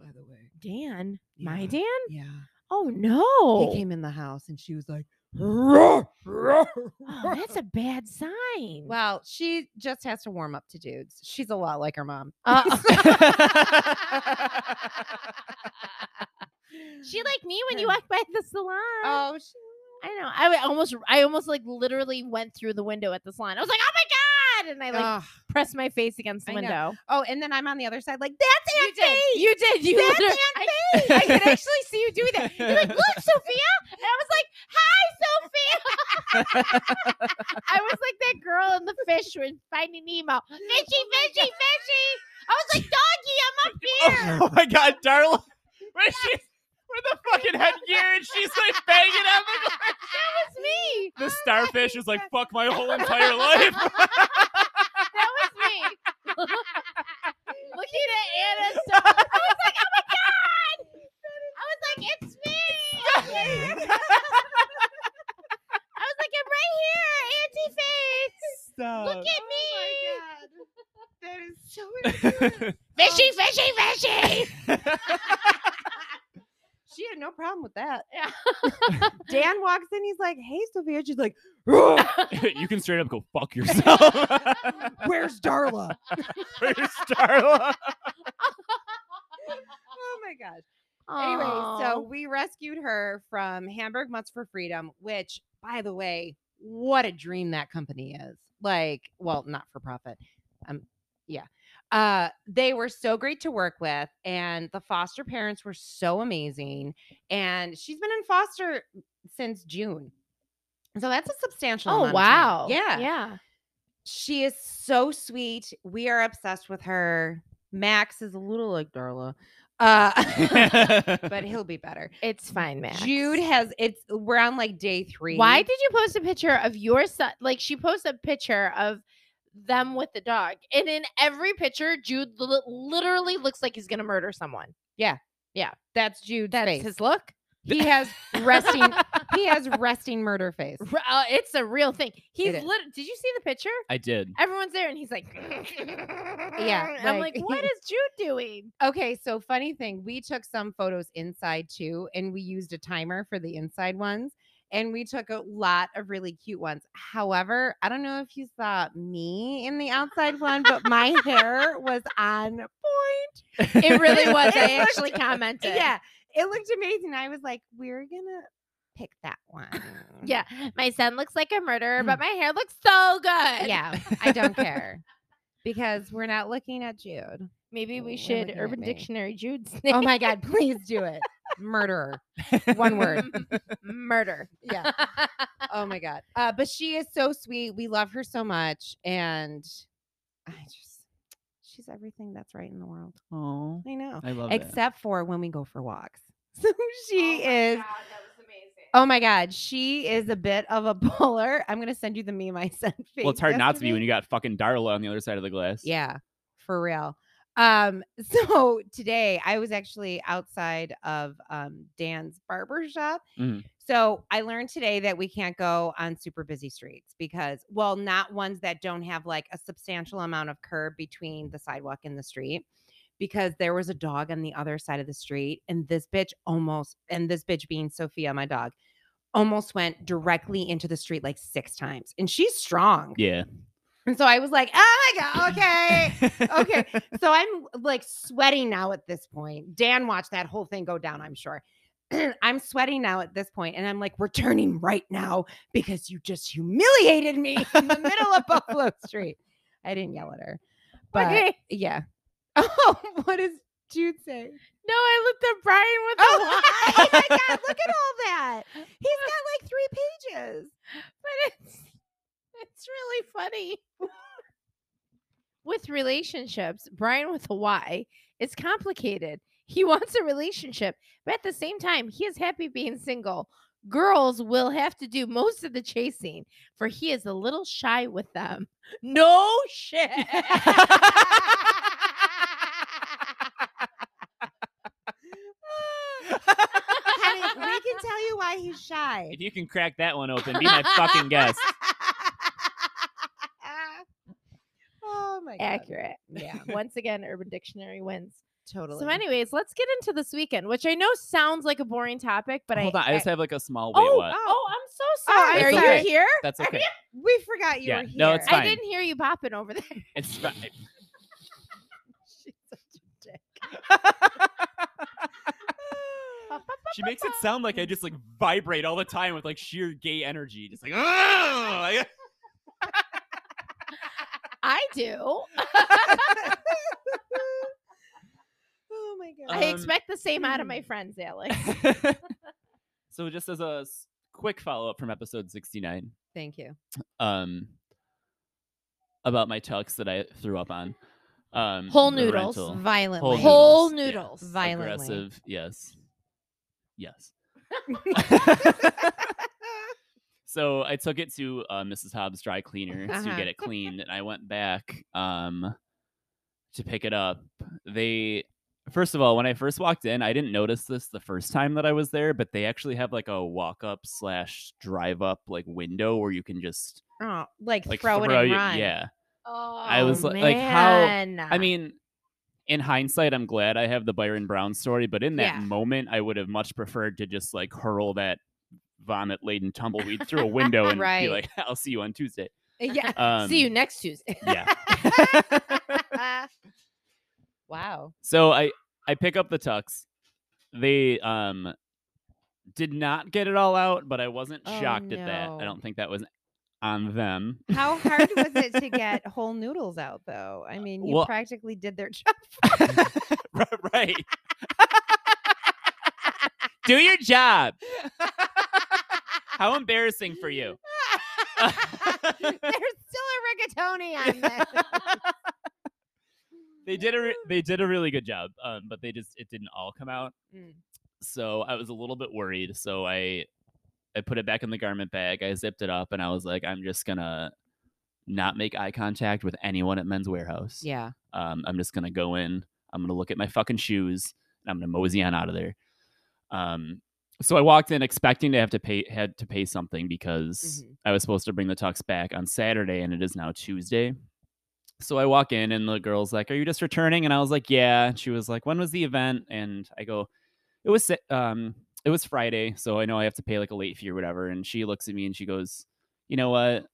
Speaker 4: by the way.
Speaker 5: Dan, my
Speaker 4: Yeah.
Speaker 5: Dan?
Speaker 4: Yeah.
Speaker 5: Oh no.
Speaker 4: He came in the house and she was like,
Speaker 5: Oh, that's a bad sign.
Speaker 4: well, she just has to warm up to dudes. She's a lot like her mom.
Speaker 5: Uh, she like me when you walked by the salon.
Speaker 4: Oh, she,
Speaker 5: I know. I wa- almost, I almost like literally went through the window at the salon. I was like, "Oh my god!" And I like
Speaker 4: Ugh.
Speaker 5: pressed my face against the
Speaker 4: I know.
Speaker 5: window.
Speaker 4: oh, and then I'm on the other side, like, that's Aunt Faye.
Speaker 5: You did. You
Speaker 4: That's
Speaker 5: literally-
Speaker 4: Aunt
Speaker 5: I, I could actually see you doing that. You're like, "Look, Sophia," and I was like, "Hi, Sophia." I was like that girl in the fish with Finding Nemo. Fishy, fishy, fishy. I was like, "Doggy, I'm up here."
Speaker 6: Oh, my god, Darla. Where she with the fucking headgear and she's like banging on the
Speaker 5: that was me.
Speaker 6: The starfish is like, fuck my whole entire life.
Speaker 5: That was me. Looking at Anna, so I was like, oh my god! I was like, it's me. I'm here." I was like, I'm right here, Auntie Face. Look
Speaker 6: Stop.
Speaker 5: at me,
Speaker 4: That is so
Speaker 5: fishy, fishy, fishy.
Speaker 4: She had no problem with that.
Speaker 5: Yeah.
Speaker 4: Dan walks in, he's like, "Hey, Sophia." She's like,
Speaker 6: you can straight up go fuck yourself.
Speaker 4: "Where's Darla?"
Speaker 6: Where's Darla?
Speaker 4: oh my gosh. Anyway, so
Speaker 5: Oh,
Speaker 4: we rescued her from Hamburg Mutts for Freedom, which, by the way, what a dream that company is. Like, well, not for profit. Um, yeah. Uh, they were so great to work with, and the foster parents were so amazing. And she's been in foster since June. So that's a substantial.
Speaker 5: oh
Speaker 4: amount of time.
Speaker 5: wow,
Speaker 4: Yeah.
Speaker 5: yeah.
Speaker 4: She is so sweet. We are obsessed with her. Max is a little like Darla. Uh but he'll be better.
Speaker 5: It's fine, man.
Speaker 4: Jude has it's we're on like day three.
Speaker 5: Why did you post a picture of your son? Like she posted a picture of them with the dog, and in every picture, Jude li- literally looks like he's gonna murder someone.
Speaker 4: that's Jude? That's face.
Speaker 5: His look,
Speaker 4: he has resting he has resting murder face.
Speaker 5: R- uh, it's a real thing. He's
Speaker 4: is.
Speaker 5: lit- did you see the picture?
Speaker 6: I did.
Speaker 5: Everyone's there, and he's like, yeah. I'm
Speaker 4: like-
Speaker 5: like, what is Jude doing?
Speaker 4: Okay, so funny thing, we took some photos inside too, and we used a timer for the inside ones. And we took a lot of really cute ones. However, I don't know if you saw me in the outside one, but my hair was on point.
Speaker 5: It really was. I
Speaker 4: It looked-
Speaker 5: actually commented.
Speaker 4: Yeah, it looked amazing. I was like, we're gonna pick that one.
Speaker 5: Yeah. My son looks like a murderer, but my hair looks so good.
Speaker 4: Yeah, I don't care because we're not looking at Jude.
Speaker 5: Maybe we
Speaker 4: We're
Speaker 5: should
Speaker 4: looking at
Speaker 5: Urban
Speaker 4: me.
Speaker 5: Dictionary Jude's
Speaker 4: Oh my God, please do it. Murderer. One word.
Speaker 5: murder.
Speaker 4: Yeah. Oh my God. Uh, but she is so sweet. We love her so much. And I just, she's everything that's right in the world.
Speaker 6: Oh,
Speaker 4: I know.
Speaker 6: I love it.
Speaker 4: Except for when we go for walks. So she is. Oh my God. She is a bit of a bowler. I'm going to send you the meme I sent.
Speaker 6: Well, it's hard not to be
Speaker 4: yesterday.
Speaker 6: when you got fucking Darla on the other side of the glass.
Speaker 4: Yeah, for real. Um, so today I was actually outside of um Dan's barber shop.
Speaker 6: Mhm.
Speaker 4: So I learned today that we can't go on super busy streets because, well, not ones that don't have like a substantial amount of curb between the sidewalk and the street. Because there was a dog on the other side of the street, and this bitch almost, and this bitch being Sophia, my dog, almost went directly into the street like six times. And she's strong.
Speaker 6: Yeah.
Speaker 4: And so I was like, oh my God, okay. okay. so I'm like sweating now at this point. Dan watched that whole thing go down, I'm sure. I'm sweating now at this point, and I'm like, we're turning right now because you just humiliated me in the middle of Buffalo Street. I didn't yell at her, but
Speaker 5: Okay.
Speaker 4: yeah. Oh, what does Jude say?
Speaker 5: No, I looked up Brian with the
Speaker 4: Oh, oh my
Speaker 5: Y.
Speaker 4: God, look at all that. He's got like three pages.
Speaker 5: but it's it's really funny. with relationships, Brian with a Y is complicated. He wants a relationship, but at the same time, he is happy being single. Girls will have to do most of the chasing, for he is a little shy with them. No shit.
Speaker 4: Honey, we can tell you why he's shy.
Speaker 6: If you can crack that one open, be my fucking guest.
Speaker 4: oh my God.
Speaker 5: Accurate.
Speaker 4: Yeah,
Speaker 5: Once again, Urban Dictionary wins.
Speaker 4: totally.
Speaker 5: So, anyways, let's get into this weekend, which I know sounds like a boring topic, but
Speaker 6: Hold
Speaker 5: I
Speaker 6: on, I just have like a small wait.
Speaker 5: oh,
Speaker 6: what?
Speaker 5: oh, I'm so
Speaker 4: Oh,
Speaker 5: sorry.
Speaker 4: I'm
Speaker 5: Are
Speaker 6: sorry.
Speaker 5: you here?
Speaker 6: That's okay.
Speaker 4: we forgot you
Speaker 6: Yeah,
Speaker 4: were here.
Speaker 6: no, it's
Speaker 5: I
Speaker 6: fine.
Speaker 5: didn't hear you bopping over there.
Speaker 6: It's fine. She makes it sound like I just like vibrate all the time with like sheer gay energy. Just like, "Ugh!" Like,
Speaker 5: I do.
Speaker 4: oh my God.
Speaker 5: I
Speaker 6: Um,
Speaker 5: expect the same out of my friends, Alex.
Speaker 6: so just as a s- quick follow up from episode 69
Speaker 4: Thank you.
Speaker 6: um about my tux that I threw up on. Um
Speaker 5: Whole
Speaker 6: the
Speaker 5: noodles,
Speaker 6: rental.
Speaker 4: Violently.
Speaker 6: Whole
Speaker 5: Whole
Speaker 6: noodles. yeah.
Speaker 5: noodles.
Speaker 4: Violently.
Speaker 6: Aggressive. Yes. Yes. so I took it to uh, Mrs. Hobbs dry cleaner to
Speaker 4: Uh-huh.
Speaker 6: get it cleaned, and I went back um, to pick it up. They first of all, when I first walked in, I didn't notice this the first time that I was there, but they actually have like a walk up slash drive up like window where you can just
Speaker 4: Oh, like,
Speaker 6: like
Speaker 4: throw, it and
Speaker 6: your-
Speaker 4: run.
Speaker 6: Yeah,
Speaker 5: Oh,
Speaker 6: was li- like, how-
Speaker 5: man.
Speaker 6: I mean, in hindsight, I'm glad I have the Byron Brown story, but in that
Speaker 4: Yeah.
Speaker 6: moment, I would have much preferred to just like hurl that vomit laden tumbleweed through a window and
Speaker 4: Right.
Speaker 6: be like, I'll see you on Tuesday.
Speaker 5: Uh,
Speaker 4: Yeah.
Speaker 6: Um,
Speaker 5: see you next Tuesday.
Speaker 6: yeah.
Speaker 4: wow.
Speaker 6: So I, I pick up the tux. They um did not get it all out, but I wasn't
Speaker 4: Oh,
Speaker 6: shocked at that.
Speaker 4: no.
Speaker 6: I don't think that was on them.
Speaker 4: How hard was it to get whole noodles out, though? I mean, you
Speaker 6: Well-
Speaker 4: practically did their job.
Speaker 6: right. Do your job. How embarrassing for you.
Speaker 4: There's still a rigatoni on this.
Speaker 6: they did a re- they did a really good job, um, but they just it didn't all come out.
Speaker 4: Mm.
Speaker 6: So I was a little bit worried. So I I put it back in the garment bag. I zipped it up, and I was like, I'm just gonna not make eye contact with anyone at Men's Warehouse.
Speaker 4: Yeah.
Speaker 6: Um, I'm just gonna go in. I'm gonna look at my fucking shoes, and I'm gonna mosey on out of there. Um, so I walked in expecting to have to pay had to pay something because I was supposed to bring the tux back on Saturday, and it is now Tuesday. So I walk in, and the girl's like, "Are you just returning?" And I was like, "Yeah." And she was like, "When was the event?" And I go, "It was Sa- um, it was Friday, so I know I have to pay like a late fee or whatever." And she looks at me and she goes, "You know what?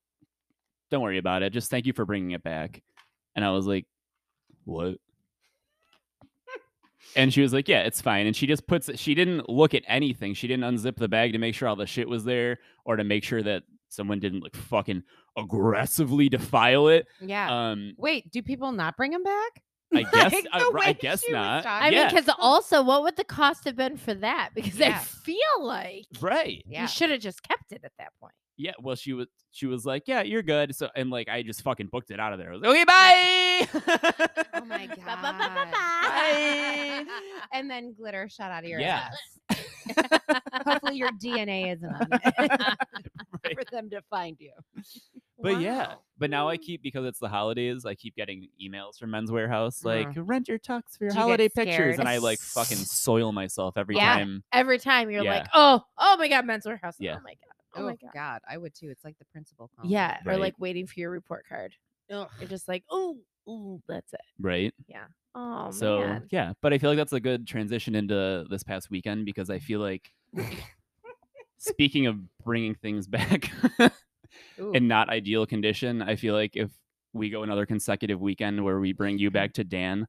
Speaker 6: Don't worry about it. Just thank you for bringing it back." And I was like, "What?" And she was like, "Yeah, it's fine." And she just puts it. She didn't look at anything. She didn't unzip the bag to make sure all the shit was there or to make sure that someone didn't like fucking aggressively defile it.
Speaker 4: Yeah.
Speaker 6: Um,
Speaker 4: Wait, do people not bring them back?
Speaker 6: I guess
Speaker 4: Like,
Speaker 6: I,
Speaker 4: the
Speaker 6: r- I
Speaker 4: way
Speaker 6: guess
Speaker 4: she was
Speaker 6: not.
Speaker 4: talking.
Speaker 5: I mean,
Speaker 6: yeah,
Speaker 5: because also, what would the cost have been for that? Because I
Speaker 4: Yeah.
Speaker 5: feel like
Speaker 6: right.
Speaker 5: you should have just kept it at that point.
Speaker 6: Yeah. Well, she was she was like, "Yeah, you're good." So and like I just fucking booked it out of there. I was like, "Okay, bye."
Speaker 4: Oh my god.
Speaker 5: Ba-ba-ba-ba-ba.
Speaker 4: and then glitter shot out of your
Speaker 6: Yeah.
Speaker 4: ass. Hopefully your DNA isn't on it for them to find you.
Speaker 6: But yeah,
Speaker 4: Wow.
Speaker 6: but now I keep because it's the holidays. I keep getting emails from Men's Warehouse like rent your tux for your
Speaker 4: Uh-huh. Do you get
Speaker 6: holiday pictures,
Speaker 4: scared?
Speaker 6: and I like fucking soil myself every
Speaker 5: Yeah.
Speaker 6: time.
Speaker 5: Every time you're
Speaker 6: Yeah.
Speaker 5: like, oh, oh my god, men's warehouse.
Speaker 6: Yeah. Oh,
Speaker 5: Oh my god. Oh, my god.
Speaker 4: I would too. It's like the principal. calling.
Speaker 5: Yeah. Or
Speaker 6: Right.
Speaker 5: like waiting for your report card. You're just like, oh, ooh, that's it.
Speaker 6: Right.
Speaker 5: Oh
Speaker 6: so
Speaker 5: man.
Speaker 6: yeah, but I feel like that's a good transition into this past weekend because I feel like speaking of bringing things back
Speaker 4: Ooh.
Speaker 6: in not ideal condition, I feel like if we go another consecutive weekend where we bring you back to Dan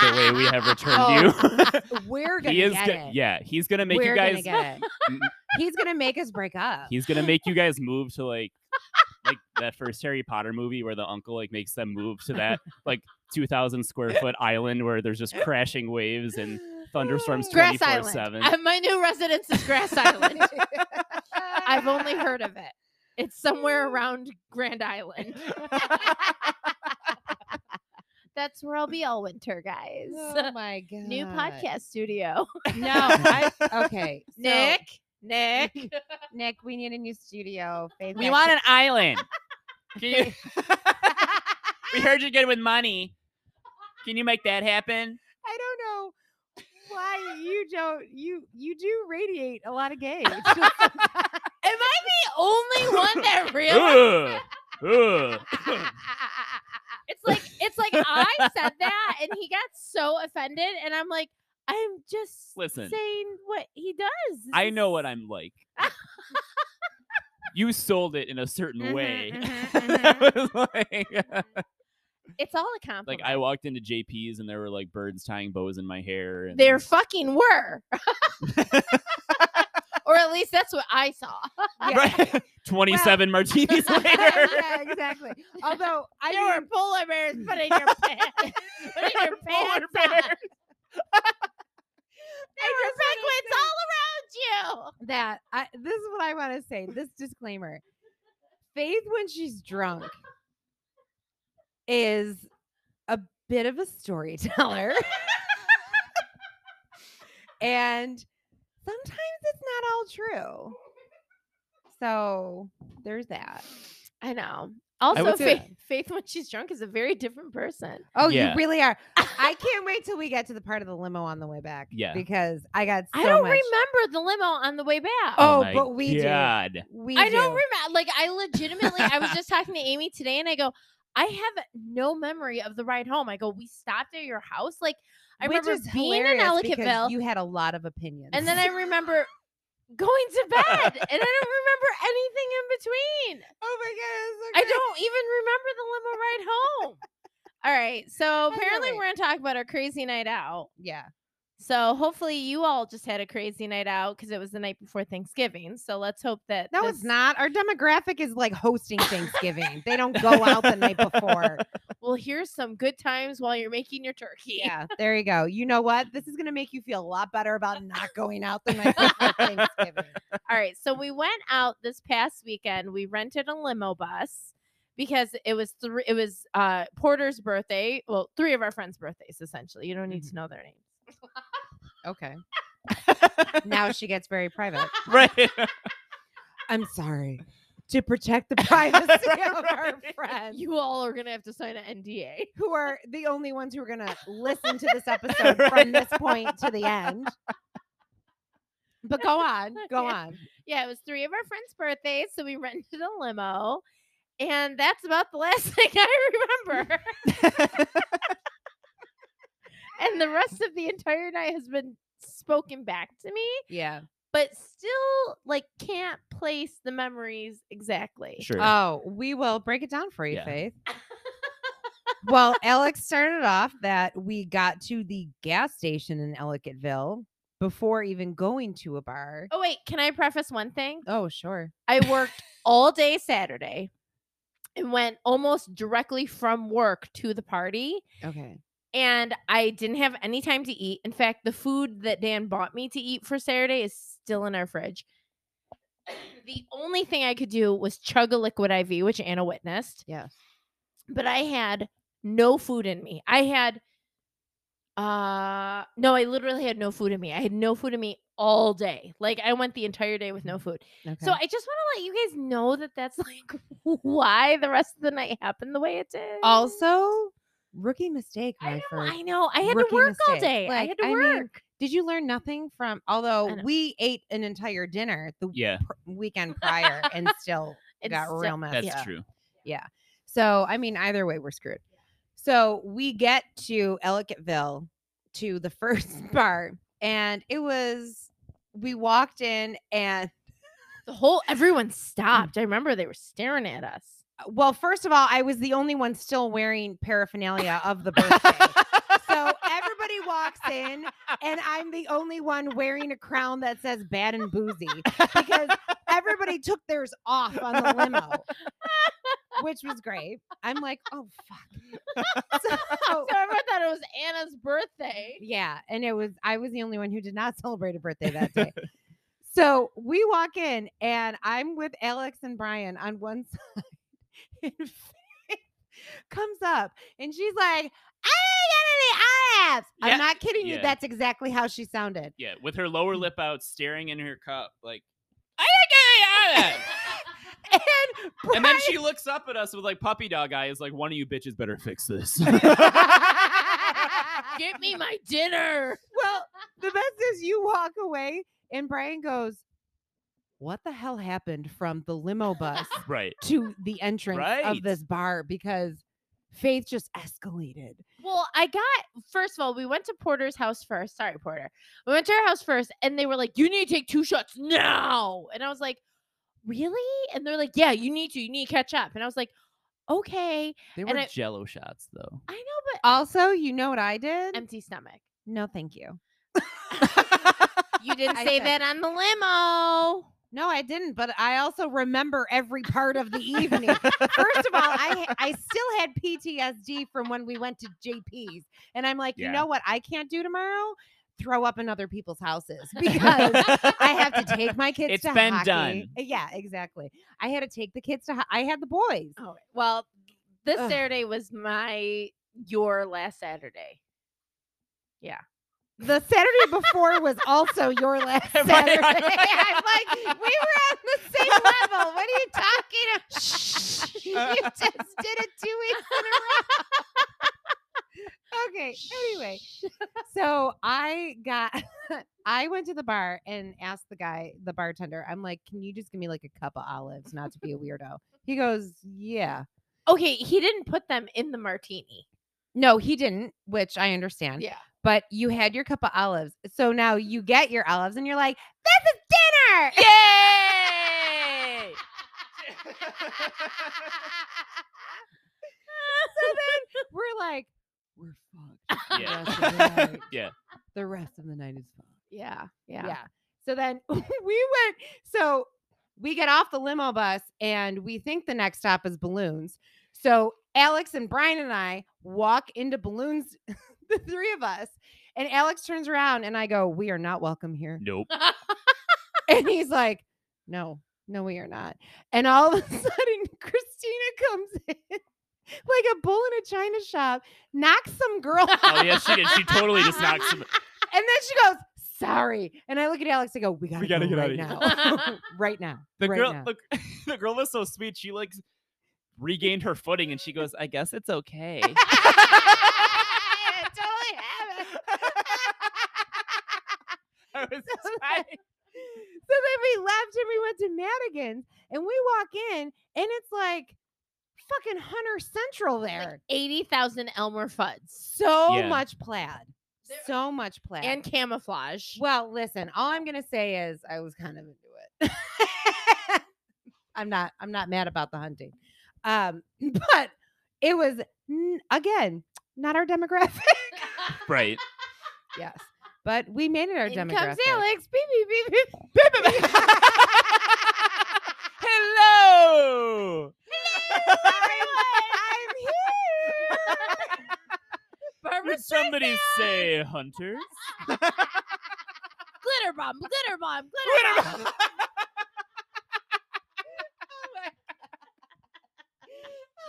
Speaker 6: the way we have returned you.
Speaker 4: Oh, we're gonna
Speaker 6: He is,
Speaker 4: get
Speaker 6: go-
Speaker 4: it.
Speaker 6: yeah. He's gonna make
Speaker 4: we're
Speaker 6: you guys.
Speaker 4: Gonna get it. He's gonna make us break up.
Speaker 6: He's gonna make you guys move to like like that first Harry Potter movie where the uncle like makes them move to that like two thousand square foot island where there's just crashing waves and thunderstorms twenty
Speaker 5: Grass
Speaker 6: four
Speaker 5: Island.
Speaker 6: seven.
Speaker 5: Uh, my new residence is Grass Island. I've only heard of it. It's somewhere around Grand Island. That's where I'll be all winter, guys.
Speaker 4: Oh my god.
Speaker 5: New podcast studio.
Speaker 4: No, I, okay. so-
Speaker 5: Nick,
Speaker 4: Nick, Nick, we need a new studio. Faith
Speaker 6: We
Speaker 4: has
Speaker 6: want
Speaker 4: to-
Speaker 6: an island. Can you, we heard you're good with money. Can you make that happen?
Speaker 4: I don't know why you don't you you do radiate a lot of gays.
Speaker 5: Am I the only one that realized?
Speaker 6: Ugh, ugh.
Speaker 5: it's like it's like I said that, and he got so offended, and I'm like, I'm just
Speaker 6: Listen.
Speaker 5: saying what he does. This
Speaker 6: I know
Speaker 5: is-
Speaker 6: what I'm like. you sold it in a certain
Speaker 5: Mhm,
Speaker 6: way.
Speaker 5: mhm,
Speaker 6: I was like,
Speaker 5: It's all a compliment.
Speaker 6: like, I walked into JP's and there were like birds tying bows in my hair. And
Speaker 5: There fucking were. or at least that's what I saw.
Speaker 6: right? 27 martinis later.
Speaker 4: yeah, exactly. Although I
Speaker 5: There were
Speaker 4: mean,
Speaker 5: polar bears put in your pants. Put in your
Speaker 6: Polar
Speaker 5: pants. on.
Speaker 6: bears.
Speaker 5: And your penguins all around you.
Speaker 4: that I, this is what I want to say. This disclaimer: Faith, when she's drunk, is a bit of a storyteller, and sometimes it's not all true. So there's that.
Speaker 5: I know. Also,
Speaker 6: would say-
Speaker 5: Faith, Faith, when she's drunk, is a very different person.
Speaker 4: Oh,
Speaker 6: Yeah.
Speaker 4: you really are. I can't wait till we get to the part of the limo on the way back.
Speaker 6: Yeah.
Speaker 4: because I got. So
Speaker 5: I don't
Speaker 4: much-
Speaker 5: remember the limo on the way back.
Speaker 4: Oh,
Speaker 6: my
Speaker 4: but we do.
Speaker 6: God.
Speaker 4: We
Speaker 5: I don't
Speaker 4: do.
Speaker 5: remember. Like, I legitimately, I was just talking to Amy today, and I go, I have no memory of the ride home. I go, we stopped at your house. Like, I
Speaker 4: Which
Speaker 5: remember
Speaker 4: is
Speaker 5: being in
Speaker 4: hilarious because
Speaker 5: Ellicottville,
Speaker 4: You had a lot of opinions,
Speaker 5: and then I remember going to bed, and I don't remember anything in between.
Speaker 4: oh my
Speaker 5: I don't even remember the limo ride home. All right, so
Speaker 4: can't
Speaker 5: apparently
Speaker 4: wait.
Speaker 5: we're gonna talk about our crazy night out.
Speaker 4: Yeah,
Speaker 5: So hopefully you all just had a crazy night out because it was the night before Thanksgiving. So let's hope that
Speaker 4: no, it's
Speaker 5: this-
Speaker 4: not. Our demographic is like hosting Thanksgiving. they don't go out the night before.
Speaker 5: Well, here's some good times while you're making your turkey.
Speaker 4: Yeah, there you go. You know what? This is gonna make you feel a lot better about not going out the night before Thanksgiving.
Speaker 5: All right. So we went out this past weekend. We rented a limo bus because it was three. It was uh, Porter's birthday. Well, three of our friends' birthdays essentially. You don't need to know their names.
Speaker 4: Okay. now she gets very private.
Speaker 6: Right.
Speaker 4: I'm sorry. To protect the privacy of our friends.
Speaker 5: You all are gonna have to sign an NDA.
Speaker 4: who are the only ones who are going to listen to this episode from
Speaker 6: Right.
Speaker 4: this point to the end. But go on, go
Speaker 5: Yeah.
Speaker 4: on.
Speaker 5: Yeah, it was three of our friends' birthdays, so we rented a limo, and that's about the last thing I remember. and the rest of the entire night has been spoken back to me,
Speaker 4: Yeah.
Speaker 5: but still like can't place the memories exactly.
Speaker 6: Sure.
Speaker 4: Oh, we will break it down for you,
Speaker 6: Yeah.
Speaker 4: Faith. well, Alex started off that we got to the gas station in Ellicottville before even going to a bar.
Speaker 5: Oh wait, can I preface one thing?
Speaker 4: Oh, sure.
Speaker 5: I worked all day Saturday and went almost directly from work to the party.
Speaker 4: Okay.
Speaker 5: and I didn't have any time to eat. In fact, the food that Dan bought me to eat for Saturday is still in our fridge. The only thing I could do was chug a liquid IV, which Anna witnessed.
Speaker 4: Yes.
Speaker 5: But I had no food in me. I had Uh no, I literally had no food in me. I had no food in me all day. Like I went the entire day with no food.
Speaker 4: Mm-hmm. Okay.
Speaker 5: So I just want to let you guys know that that's like why the rest of the night happened the way it did.
Speaker 4: also rookie mistake.
Speaker 5: I know,
Speaker 4: Myford.
Speaker 5: I know. I had to
Speaker 4: Rookie
Speaker 5: work all
Speaker 4: mistake.
Speaker 5: day. I
Speaker 4: Like,
Speaker 5: had to
Speaker 4: I mean,
Speaker 5: work.
Speaker 4: Did you learn nothing from? Although
Speaker 5: know.
Speaker 4: we ate an entire dinner the
Speaker 6: Yeah,
Speaker 4: pr- weekend prior and still
Speaker 5: It's
Speaker 4: got
Speaker 5: still-
Speaker 4: real messy.
Speaker 6: that's
Speaker 5: Yeah.
Speaker 6: true.
Speaker 4: So I mean, either way, we're screwed. So we get to Ellicottville to the first bar, and it was we walked in and
Speaker 5: The whole everyone stopped. I remember they were staring at us.
Speaker 4: well, first of all, I was the only one still wearing paraphernalia of the birthday. so everybody walks in, and I'm the only one wearing a crown that says bad and boozy because everybody took theirs off on the limo, which was great. I'm like, oh fuck. So-
Speaker 5: So everyone thought it was Anna's birthday.
Speaker 4: Yeah, and it was I was the only one who did not celebrate a birthday that day. so we walk in, and I'm with Alex and Brian on one side, and Faith comes up, and she's like, "I ain't got any abs."
Speaker 6: Yeah,
Speaker 4: I'm not kidding you.
Speaker 6: yeah.
Speaker 4: That's exactly how she sounded.
Speaker 6: Yeah, with her lower
Speaker 4: Mm.
Speaker 6: lip out, staring in her cup, like
Speaker 4: And
Speaker 6: And then she looks up at us with like puppy dog eyes, like one of you bitches better fix this.
Speaker 4: Brian-
Speaker 5: Get me my dinner.
Speaker 4: well, the best is you walk away, and Brian goes, "What the hell happened from the limo bus?"
Speaker 6: right.
Speaker 4: to the entrance
Speaker 6: Right.
Speaker 4: of this bar because Faith just escalated.
Speaker 5: Well, I got first of all, we went to Porter's house first. Sorry, Porter. We went to her house first, and they were like, "You need to take two shots now." And I was like, "Really?" And they're like, "Yeah, you need to. You need to catch up." And I was like, "Okay,
Speaker 6: They
Speaker 5: And
Speaker 6: were
Speaker 5: I-
Speaker 6: jello shots though.
Speaker 5: I know,
Speaker 4: Also, you know what I did?
Speaker 5: but empty stomach.
Speaker 4: no, thank you.
Speaker 5: You didn't
Speaker 4: I
Speaker 5: say
Speaker 4: said-
Speaker 5: that on the limo."
Speaker 4: No, I didn't, but I also remember every part of the evening. First of all, I ha- I still had PTSD from when we went to JP's. And I'm like,
Speaker 6: Yeah.
Speaker 4: you know what I can't do tomorrow? Throw up in other people's houses because I have to take my kids
Speaker 6: It's
Speaker 4: to
Speaker 6: been
Speaker 4: hockey.
Speaker 6: done.
Speaker 4: Yeah, exactly. I had to take the kids to ho- I had the boys.
Speaker 5: Oh well, this
Speaker 4: Ugh.
Speaker 5: Saturday was my your last Saturday.
Speaker 4: The Saturday before was also your last
Speaker 6: Right,
Speaker 4: Saturday.
Speaker 6: right,
Speaker 4: I'm like, we were on the same level. What are you talking about? you just did it two weeks in a row. okay. Anyway, so I got, I went to the bar and asked the guy, the bartender, I'm like, can you just give me like a cup of olives, not to be a weirdo? He goes, yeah.
Speaker 5: Okay, he didn't put them in the martini.
Speaker 4: No, he didn't, which I understand.
Speaker 5: Yeah.
Speaker 4: But you had your cup of olives. So now you get your olives and you're like, this is dinner.
Speaker 5: Yay!
Speaker 4: so then we're like, we're fucked. The
Speaker 6: Yeah.
Speaker 4: rest of the night-
Speaker 6: Yeah.
Speaker 4: The rest of the night is fucked.
Speaker 5: yeah, yeah.
Speaker 4: Yeah. So then we went. So we get off the limo bus and we think the next stop is balloons. So Alex and Brian and I walk into balloons, the three of us. And Alex turns around and I go, We are not welcome here.
Speaker 6: Nope.
Speaker 4: And he's like, No, no, we are not. And all of a sudden, Christina comes in like a bull in a china shop, knocks some girl
Speaker 6: Oh yeah, she did. She totally just knocked some
Speaker 4: and then she goes, "Sorry." And I look at Alex. I go, "We gotta,
Speaker 6: gotta
Speaker 4: go
Speaker 6: get
Speaker 4: right
Speaker 6: outta
Speaker 4: now, right now,
Speaker 6: the
Speaker 4: right
Speaker 6: girl
Speaker 4: now."
Speaker 6: the, the girl was so sweet. She like regained her footing and she goes, I guess it's okay.
Speaker 4: It totally happened.
Speaker 6: I was
Speaker 4: so
Speaker 6: dying.
Speaker 4: then we left and we went to Madigan's, and we walk in, and it's like fucking Hunter Central there.
Speaker 5: Eighty thousand Elmer Fuds
Speaker 4: So
Speaker 6: Yeah.
Speaker 4: much plaid, so much plaid,
Speaker 5: and camouflage.
Speaker 4: Well, listen, all I'm gonna say is I was kind of into it. I'm not I'm not mad about the hunting. Um, but it was n- again not our demographic.
Speaker 6: Right.
Speaker 4: yes. But we made it our
Speaker 5: In
Speaker 4: demographic.
Speaker 5: comes Alex. Beep, beep, beep, beep.
Speaker 6: Hello.
Speaker 4: I'm, I'm here.
Speaker 5: Barbara
Speaker 6: Would somebody say hunters?
Speaker 5: glitter bomb, glitter bomb, glitter, bomb.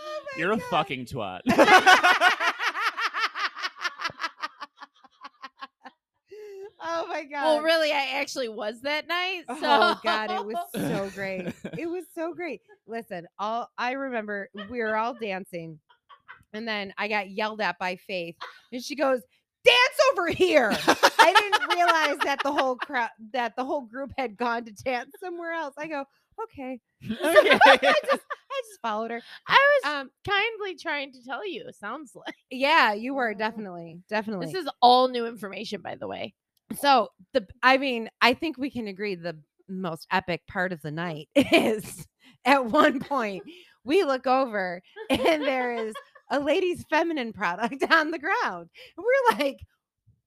Speaker 6: Oh You're a fucking twat.
Speaker 4: Oh god.
Speaker 5: Well, really, I actually was that night. So.
Speaker 4: Oh god, it was so great. It was so great. Listen, all I remember we were all dancing, and then I got yelled at by Faith, and she goes, "Dance over here." I didn't realize that the whole crowd, that the whole group had gone to dance somewhere else. I go, "Okay." I just, I just followed her.
Speaker 5: I was
Speaker 4: Um,
Speaker 5: kindly trying to tell you. Sounds like
Speaker 4: yeah, you were definitely, definitely.
Speaker 5: this is all new information, by the way.
Speaker 4: So the I mean, I think we can agree the most epic part of the night is at one point we look over and there is a lady's feminine product on the ground. And we're like,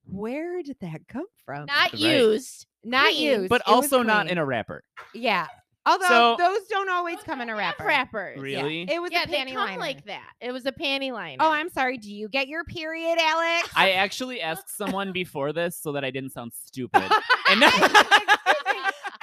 Speaker 4: where did that come from?
Speaker 5: Not
Speaker 6: Right.
Speaker 5: used.
Speaker 4: Not
Speaker 5: clean,
Speaker 4: used,
Speaker 6: but
Speaker 4: it was
Speaker 6: also not in
Speaker 4: clean.
Speaker 6: a wrapper.
Speaker 4: yeah. Although
Speaker 6: So-
Speaker 4: those don't always come in a
Speaker 5: Wrap
Speaker 4: wrapper.
Speaker 5: Wrappers.
Speaker 4: Yeah,
Speaker 6: Really?
Speaker 4: It was
Speaker 5: yeah,
Speaker 4: a
Speaker 5: they
Speaker 4: panty
Speaker 5: come
Speaker 4: liner.
Speaker 5: like that. It was a panty line.
Speaker 4: Oh, I'm sorry. Do you get your period, Alex?
Speaker 6: I actually asked someone before this so that I didn't sound stupid. And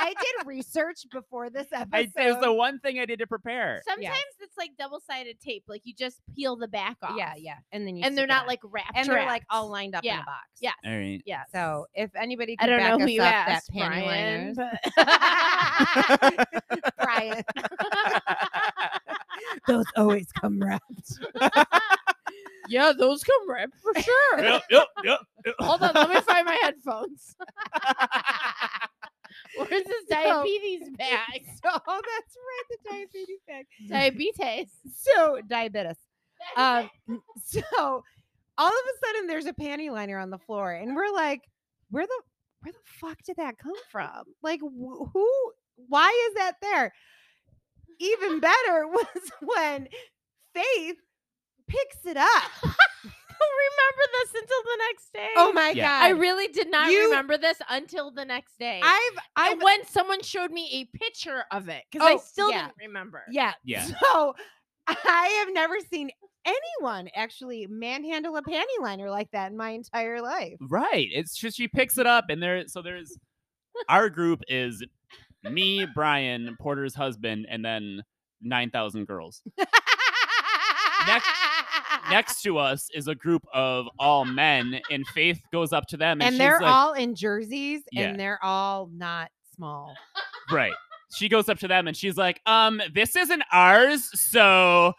Speaker 4: I did research before this episode.
Speaker 6: I, there's the one thing I did to prepare.
Speaker 5: Sometimes it's like double-sided tape. Like you just peel the back off.
Speaker 4: Yeah, yeah. And then you
Speaker 5: And they're
Speaker 4: stick it
Speaker 5: not
Speaker 4: on.
Speaker 5: like wrapped.
Speaker 4: and they're like all
Speaker 5: wraps.
Speaker 4: lined up in a box.
Speaker 5: Yeah.
Speaker 6: All right.
Speaker 5: Yeah.
Speaker 4: So if anybody
Speaker 5: I
Speaker 4: can
Speaker 5: don't
Speaker 4: back
Speaker 5: know who
Speaker 4: us
Speaker 5: you
Speaker 4: up
Speaker 5: asked,
Speaker 4: that panty liners,
Speaker 5: Brian.
Speaker 4: Brian,
Speaker 5: but-
Speaker 4: those always come wrapped.
Speaker 5: yeah, those come ripped for sure.
Speaker 6: Yep, yep, yep, yep.
Speaker 5: Hold on, let me find my headphones. Where's this diabetes bag?
Speaker 4: Oh, that's right, the diabetes bag.
Speaker 5: Diabetes.
Speaker 4: So diabetes. Um, so all of a sudden, there's a panty liner on the floor, and we're like, where the where the fuck did that come from? Like, wh- who? Why is that there? Even better was when Faith picks it up.
Speaker 5: remember this until the next day.
Speaker 4: Oh my
Speaker 6: Yeah.
Speaker 4: god!
Speaker 5: I really did not
Speaker 4: You-
Speaker 5: remember this until the next day.
Speaker 4: I've
Speaker 5: I
Speaker 4: I've
Speaker 5: when someone showed me a picture of it because I
Speaker 4: Oh,
Speaker 5: still
Speaker 4: yeah.
Speaker 5: didn't remember.
Speaker 4: yeah.
Speaker 6: Yeah.
Speaker 4: So I have never seen anyone actually manhandle a panty liner like that in my entire life.
Speaker 6: Right. It's just she picks it up and there so there's our group is me, Brian, Porter's husband, and then nine thousand girls. Next- Next to us is a group of all men, and Faith goes up to them and,
Speaker 4: and
Speaker 6: she's
Speaker 4: they're
Speaker 6: like,
Speaker 4: all in jerseys
Speaker 6: Yeah.
Speaker 4: and they're all not small.
Speaker 6: right. She goes up to them and she's like, um, this isn't ours, so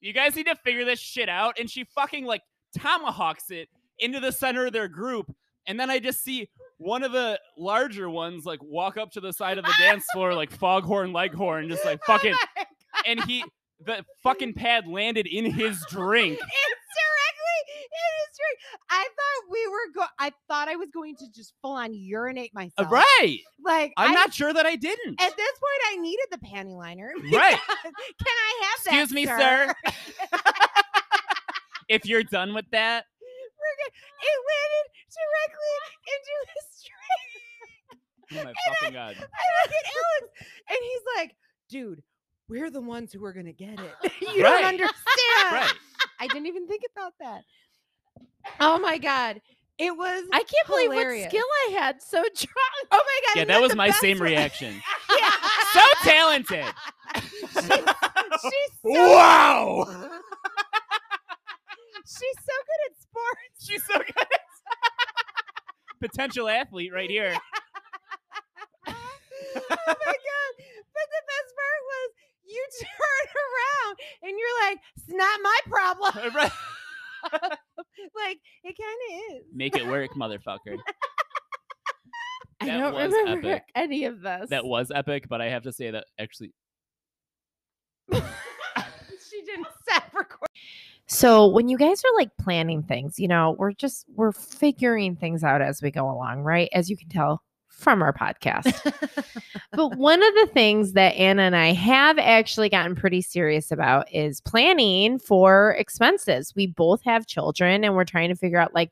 Speaker 6: you guys need to figure this shit out. And she fucking like tomahawks it into the center of their group. And then I just see one of the larger ones like walk up to the side of the dance floor, like foghorn leghorn, just like fucking
Speaker 4: my
Speaker 6: and he the fucking pad landed in his drink.
Speaker 4: It's directly in his drink. I thought we were go I thought I was going to just full on urinate
Speaker 6: Uh,
Speaker 4: myself.
Speaker 6: Right.
Speaker 4: Like
Speaker 6: I'm
Speaker 4: I-
Speaker 6: not sure that I didn't.
Speaker 4: at this point I needed the panty liner.
Speaker 6: Right.
Speaker 4: Can I have that?
Speaker 6: Excuse me, sir. if you're done with that,
Speaker 4: We're good. It landed directly into his drink.
Speaker 6: oh my fucking god.
Speaker 4: I look at Alex and he's like, dude, we're the ones who are gonna get it. you
Speaker 6: Right.
Speaker 4: don't understand.
Speaker 6: Right.
Speaker 4: I didn't even think about that. Oh my god. It was
Speaker 5: I can't believe
Speaker 4: Hilarious.
Speaker 5: what skill I had. So drunk.
Speaker 4: Oh my god.
Speaker 6: Yeah,
Speaker 4: isn't
Speaker 6: that was
Speaker 4: the
Speaker 6: my
Speaker 4: best
Speaker 6: same
Speaker 4: one?
Speaker 6: reaction.
Speaker 4: Yeah.
Speaker 6: so talented.
Speaker 4: She's so
Speaker 6: wow.
Speaker 4: she's so good at sports.
Speaker 6: She's so good. Potential athlete right here.
Speaker 4: oh my god. But the best part was you turn around and you're like, it's not my problem.
Speaker 6: Right.
Speaker 4: Like it kind of is.
Speaker 6: Make it work, motherfucker.
Speaker 5: I
Speaker 6: That
Speaker 5: don't
Speaker 6: was
Speaker 5: remember
Speaker 6: epic.
Speaker 5: any of this.
Speaker 6: That was epic, but I have to say that actually
Speaker 4: she didn't stop recording.
Speaker 5: So when you guys are like planning things, you know, we're just we're figuring things out as we go along, right? As you can tell from our podcast. but one of the things that Anna and I have actually gotten pretty serious about is planning for expenses. We both have children and we're trying to figure out like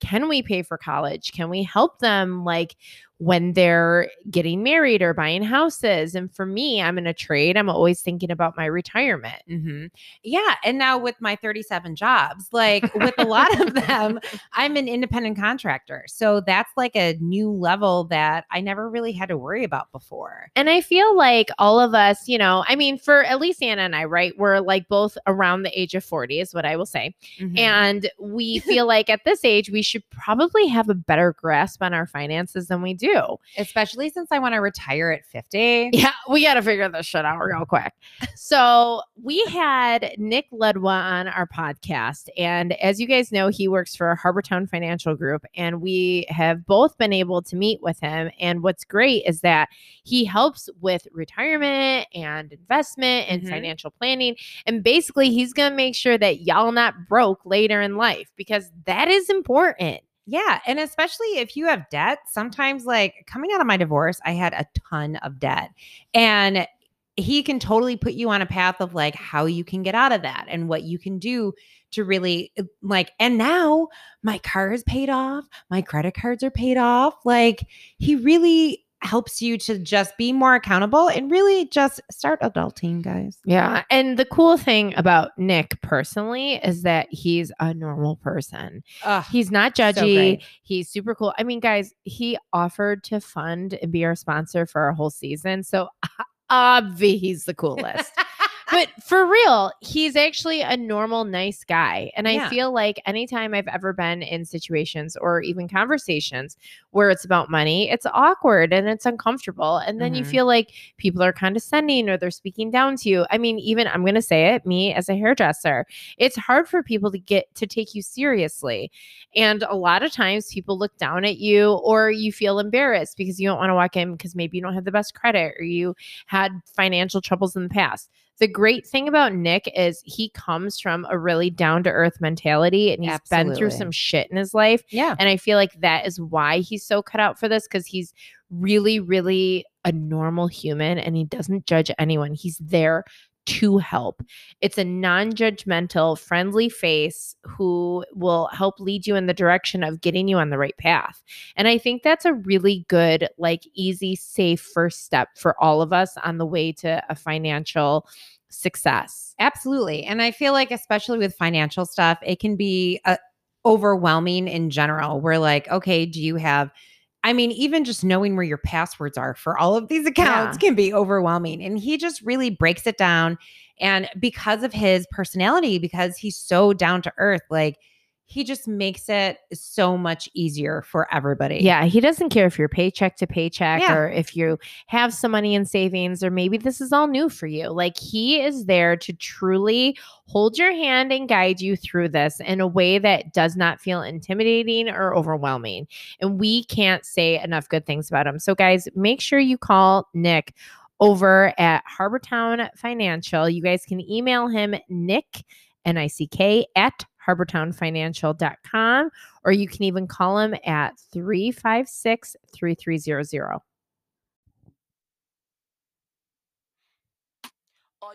Speaker 5: can we pay for college? Can we help them? Like, when they're getting married or buying houses. And for me, I'm in a trade. I'm always thinking about my retirement.
Speaker 4: Mm-hmm. Yeah. And now with my 37 jobs, like with a lot of them, I'm an independent contractor. So that's like a new level that I never really had to worry about before.
Speaker 5: And I feel like all of us, you know, I mean, for at least Anna and I, right? We're like both around the age of 40, is what I will say. And we feel like at this age, we should probably have a better grasp on our finances than we do.
Speaker 4: especially since I want to retire at 50.
Speaker 5: Yeah, we got to figure this shit out real quick. So, we had Nick Ledwa on our podcast. And as you guys know, he works for Harbortown Financial Group. And we have both been able to meet with him. And what's great is that he helps with retirement and investment and
Speaker 4: Mhm.
Speaker 5: financial planning. And basically, he's going to make sure that y'all not broke later in life because that is important.
Speaker 4: Yeah. And especially if you have debt, sometimes like coming out of my divorce, I had a ton of debt. And he can totally put you on a path of like how you can get out of that and what you can do to really like. And now my car is paid off, my credit cards are paid off. Like he really helps you to just be more accountable and really just start adulting, guys.
Speaker 5: Yeah. And the cool thing about Nick personally is that he's a normal person.
Speaker 4: Ugh,
Speaker 5: He's not
Speaker 4: so
Speaker 5: judgy.
Speaker 4: great.
Speaker 5: he's super cool. I mean, guys, he offered to fund and be our sponsor for our whole season. So obvi he's the coolest. but for real, he's actually a normal, nice guy. And I
Speaker 4: Yeah.
Speaker 5: feel like anytime I've ever been in situations or even conversations where it's about money, it's awkward and it's uncomfortable. And then you
Speaker 4: Mhm.
Speaker 5: feel like people are condescending or they're speaking down to you. I mean, even I'm going to say it, me as a hairdresser, it's hard for people to get to take you seriously. And a lot of times people look down at you or you feel embarrassed because you don't want to walk in because maybe you don't have the best credit or you had financial troubles in the past. The great thing about Nick is he comes from a really down to earth mentality and he's been through
Speaker 4: Absolutely.
Speaker 5: some shit in his life.
Speaker 4: Yeah.
Speaker 5: And I feel like that is why he's so cut out for this because he's really, really a normal human and he doesn't judge anyone. He's there to help. It's a non judgmental, friendly face who will help lead you in the direction of getting you on the right path. And I think that's a really good, like, easy, safe first step for all of us on the way to a financial success.
Speaker 4: Absolutely. And I feel like, especially with financial stuff, it can be uh, overwhelming in general. We're like, okay, do you have, I mean, even just knowing where your passwords are for all of these accounts can be overwhelming. And he just really breaks it down. And because of his personality, because he's so down to earth, like he just makes it so much easier for everybody.
Speaker 5: Yeah, he doesn't care if you're paycheck to paycheck
Speaker 4: Yeah.
Speaker 5: or if you have some money in savings or maybe this is all new for you. Like he is there to truly hold your hand and guide you through this in a way that does not feel intimidating or overwhelming. And we can't say enough good things about him. So guys, make sure you call Nick over at Harbortown Financial. You guys can email him nick N I C K at harbortownfinancial.com, or you can even call him at 356 3300.
Speaker 7: All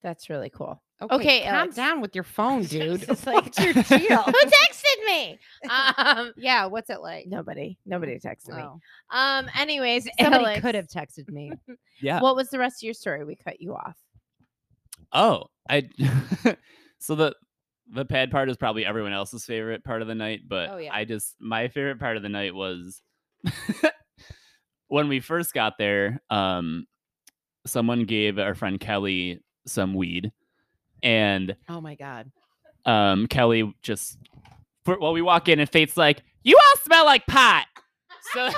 Speaker 5: That's really cool. Okay,
Speaker 4: calm
Speaker 5: Alex.
Speaker 4: down with your phone, dude.
Speaker 5: It's
Speaker 4: What's your deal?
Speaker 5: Who texted me? Um
Speaker 4: yeah, what's it like?
Speaker 5: nobody. Nobody texted me.
Speaker 4: Oh.
Speaker 5: Um anyways,
Speaker 4: Somebody
Speaker 5: Alex,
Speaker 4: could have texted me.
Speaker 6: Yeah.
Speaker 5: What was the rest of your story? We cut you off.
Speaker 6: Oh, I. so the the pad part is probably everyone else's favorite part of the night, but
Speaker 4: Oh, yeah.
Speaker 6: I just my favorite part of the night was when we first got there. Um, someone gave our friend Kelly some weed, and
Speaker 4: Oh my god.
Speaker 6: um, Kelly just for, well, we walk in and Fate's like, "You all smell like pot." So,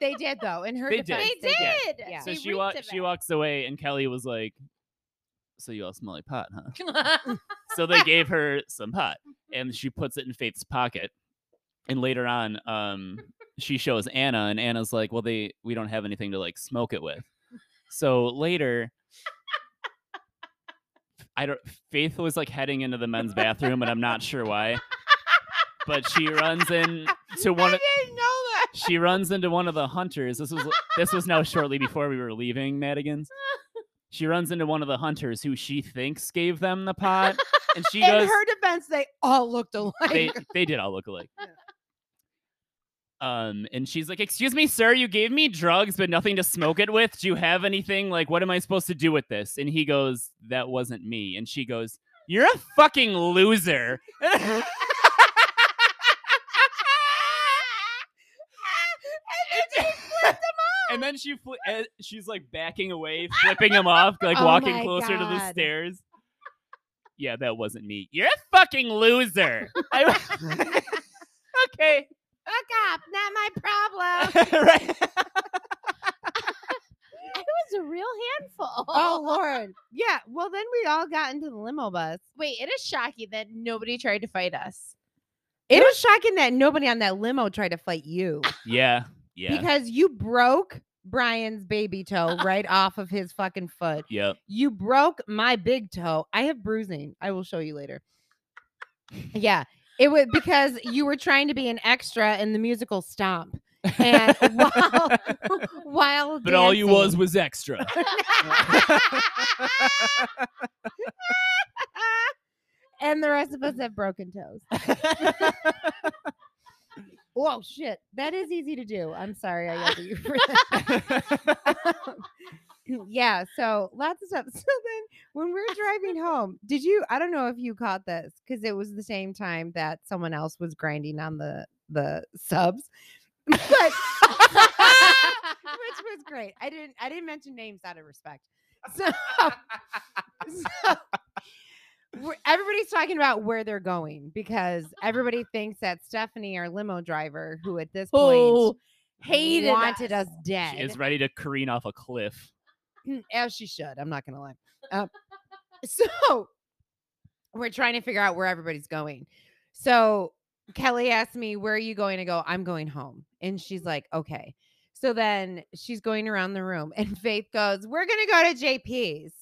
Speaker 4: They did though. In her
Speaker 6: They
Speaker 4: defense,
Speaker 6: did.
Speaker 4: they
Speaker 6: Yeah.
Speaker 5: did.
Speaker 4: Yeah.
Speaker 6: so
Speaker 5: They
Speaker 6: she
Speaker 5: reeked
Speaker 6: wa-
Speaker 5: of
Speaker 6: she
Speaker 5: it.
Speaker 6: walks away, and Kelly was like, "So you all smell like pot, huh?" so they gave her some pot and she puts it in faith's pocket and later on um she shows anna and anna's like well they we don't have anything to like smoke it with so later i don't faith was like heading into the men's bathroom and i'm not sure why but she runs in to one of
Speaker 4: didn't know that.
Speaker 6: she runs into one of the hunters. This was this was now shortly before we were leaving Madigan's. She runs into one of the hunters who she thinks gave them the pot, and she
Speaker 4: In
Speaker 6: goes,
Speaker 4: her defense, they all looked alike.
Speaker 6: "They they did all look alike." Um, and she's like, "Excuse me, sir, you gave me drugs, but nothing to smoke it with. Do you have anything? Like, what am I supposed to do with this?" And he goes, "That wasn't me." And she goes, "You're a fucking loser." and then she fl- and she's like backing away, flipping him off, like
Speaker 4: Oh
Speaker 6: walking
Speaker 4: my
Speaker 6: closer to the
Speaker 4: God.
Speaker 6: stairs. Yeah, that wasn't me. You're a fucking loser. I- okay.
Speaker 4: Look up, not my problem.
Speaker 6: right.
Speaker 5: It was a real handful.
Speaker 4: oh Lord. Yeah. Well, then we all got into the limo bus.
Speaker 5: Wait, it is shocking that nobody tried to fight us.
Speaker 4: It was shocking that nobody on that limo tried to fight you
Speaker 5: Ah.
Speaker 6: Yeah. Yeah.
Speaker 4: because you broke Brian's baby toe
Speaker 5: Uh-uh.
Speaker 4: right off of his fucking foot.
Speaker 6: yep.
Speaker 4: You broke my big toe. I have bruising. I will show you later. Yeah. It was because you were trying to be an extra in the musical Stomp. And while, while
Speaker 6: But all you
Speaker 4: dancing-
Speaker 6: was was extra.
Speaker 4: and the rest of us have broken toes. Whoa, oh, shit. That is easy to do. I'm sorry I yelled at you for that. yeah, so lots of stuff. So then when we were driving home, did you I don't know if you caught this because it was the same time that someone else was grinding on the the subs. But which was great. I didn't I didn't mention names out of respect. So, so we're- everybody's talking about where they're going because everybody thinks that Stephanie, our limo driver, who at this point
Speaker 5: Who Oh, hated
Speaker 4: wanted us, dead,
Speaker 6: she is ready to careen off a cliff.
Speaker 4: as she should. I'm not gonna lie. Uh, so we're trying to figure out where everybody's going. So Kelly asked me, "Where are you going?" to go, "I'm going home," and she's like, "Okay." So then she's going around the room, and Faith goes, "We're gonna go to JP's."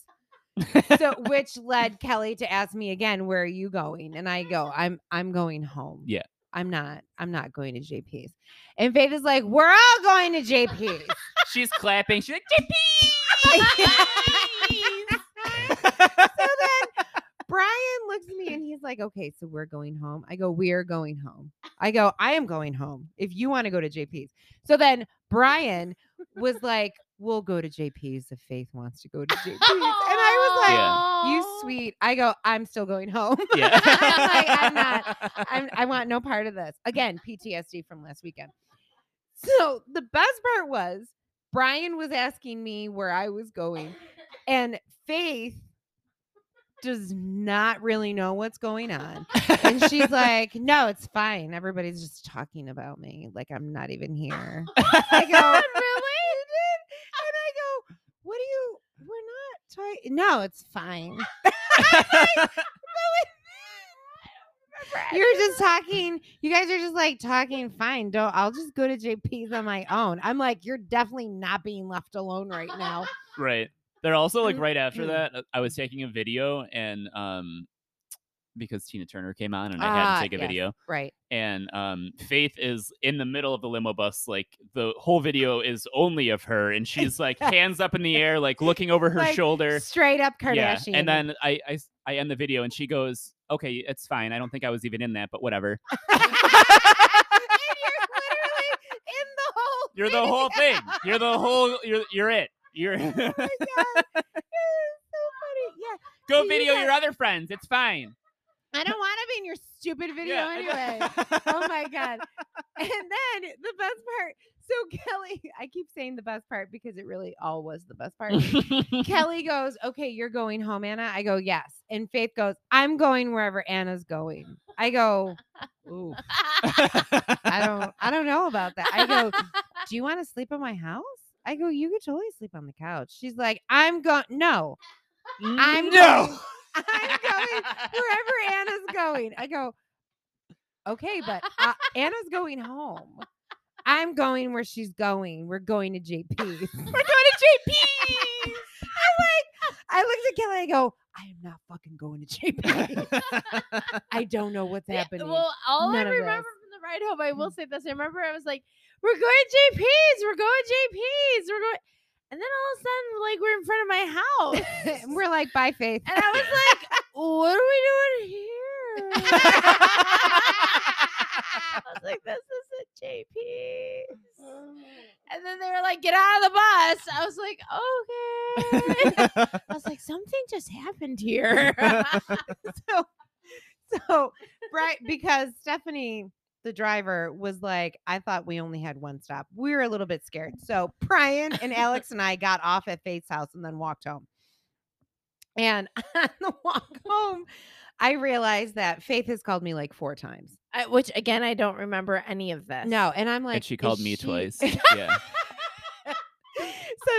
Speaker 4: so which led Kelly to ask me again, "Where are you going?" And I go, "I'm I'm going home."
Speaker 6: Yeah.
Speaker 4: I'm not. I'm not going to JP's. And Faith is like, "We're all going to JP's."
Speaker 6: She's clapping. She's like,
Speaker 4: so then Brian looks at me and he's like, okay, so we're going home. I go, we are going home. I go, I am going home if you want to go to JP's. So then Brian was like, we'll go to JP's if Faith wants to go to JP's. And I was like, you sweet. I go, I'm still going home.
Speaker 6: Yeah.
Speaker 4: I'm like, I'm not. I'm, I want no part of this. Again, PTSD from last weekend. So the best part was Brian was asking me where I was going, and Faith does not really know what's going on. And she's like, No, it's fine. Everybody's just talking about me. Like, I'm not even here. I go, Really? And I go, What do you? We're not talking. No, it's fine. You're just talking. You guys are just like talking. Fine. Don't. I'll just go to JP's on my own. I'm like, you're definitely not being left alone right now.
Speaker 6: right. They're also like right
Speaker 4: Mm-hmm.
Speaker 6: after that. uh, I was taking a video and um because Tina Turner came on and I had
Speaker 4: Ah,
Speaker 6: to take a
Speaker 4: yes.
Speaker 6: video.
Speaker 4: Right.
Speaker 6: and um, Faith is in the middle of the limo bus. Like the whole video is only of her, and she's like hands up in the air, like looking over her
Speaker 4: Like,
Speaker 6: shoulder.
Speaker 4: Straight up
Speaker 6: Yeah,
Speaker 4: Kardashian.
Speaker 6: and then I, I s- I end the video, and she goes, "Okay, it's fine. I don't think I was even in that, but whatever.
Speaker 4: and you're literally in the whole.
Speaker 6: You're the whole thing. You're the whole. You're you're it. You're
Speaker 4: Oh God. It is so funny. Yeah.
Speaker 6: go
Speaker 4: You
Speaker 6: video
Speaker 4: guys-
Speaker 6: your other friends. It's fine.
Speaker 5: I don't want to be in your stupid video
Speaker 6: Yeah.
Speaker 5: anyway. oh my god. And then the best part. So Kelly, I keep saying the best part because it really all was the best part. Kelly goes, "Okay, you're going home, Anna." I go, "Yes." And Faith goes, "I'm going wherever Anna's going." I go, "Ooh, I don't I don't know about that." I go, "Do you want to sleep at my house?" I go, "You could totally sleep on the couch." She's like, "I'm going No. I'm
Speaker 6: No.
Speaker 5: going- I'm going wherever Anna's going." I go, okay, but uh, Anna's going home. I'm going where she's going. We're going to JP. We're going to JP. I'm like, I looked at Kelly. I go, I am not fucking going to JP. I don't know what's
Speaker 2: Yeah,
Speaker 5: happening.
Speaker 2: Well, all
Speaker 5: None
Speaker 2: I
Speaker 5: of Mm.
Speaker 2: remember
Speaker 5: us.
Speaker 2: from the ride home, I will say this. I remember I was like, we're going JP's, we're going JP's, we're going. And then all of a sudden, like, we're in front of my house.
Speaker 4: And
Speaker 5: we're like, bye, Faith.
Speaker 2: And I was like, what are we doing here? I was like, this isn't JP's.
Speaker 5: Oh.
Speaker 2: And then they were like, get out of the bus. I was like, okay. I was like, something just happened here.
Speaker 4: so so right because stephanie the driver was like i thought we only had one stop we were a little bit scared so brian and alex and i got off at faith's house and then walked home and on the walk home i realized that faith has called me like four times
Speaker 5: I, which again, I don't remember any of this.
Speaker 4: no and i'm like
Speaker 6: and she
Speaker 4: "Is
Speaker 6: called me
Speaker 4: she-
Speaker 6: twice. yeah.
Speaker 4: so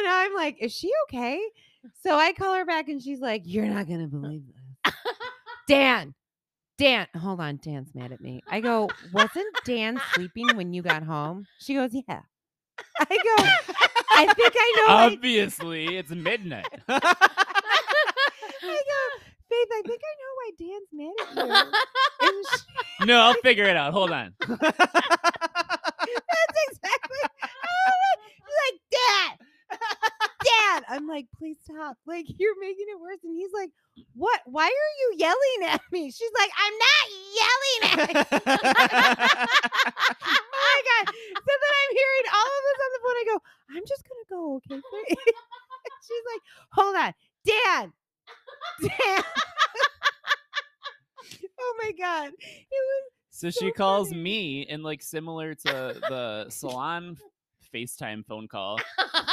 Speaker 4: now i'm like is she okay so i call her back and she's like you're not gonna believe this Dan. Dan, hold on. Dan's mad at me. I go, wasn't Dan sleeping when you got home? She goes, yeah. I go, I think I know.
Speaker 6: Um
Speaker 4: I,
Speaker 6: Obviously, it's midnight.
Speaker 4: I go, Faith, I think I know why Dan's mad at you. And she-
Speaker 6: no, I'll figure it out. Hold on.
Speaker 4: that's exactly. Oh, she's like, Dad, Dad. I'm like, please stop. Like, you're making it worse. And he's like, what? Why are you yelling at me? She's like, I'm not yelling at you. oh my god! So then I'm hearing all of this on the phone. I go, I'm just gonna go, okay? Faith?" She's like, hold on, Dan, Dan. oh my god! It was
Speaker 6: so
Speaker 4: so
Speaker 6: she calls
Speaker 4: funny.
Speaker 6: me, and like similar to the salon FaceTime phone call,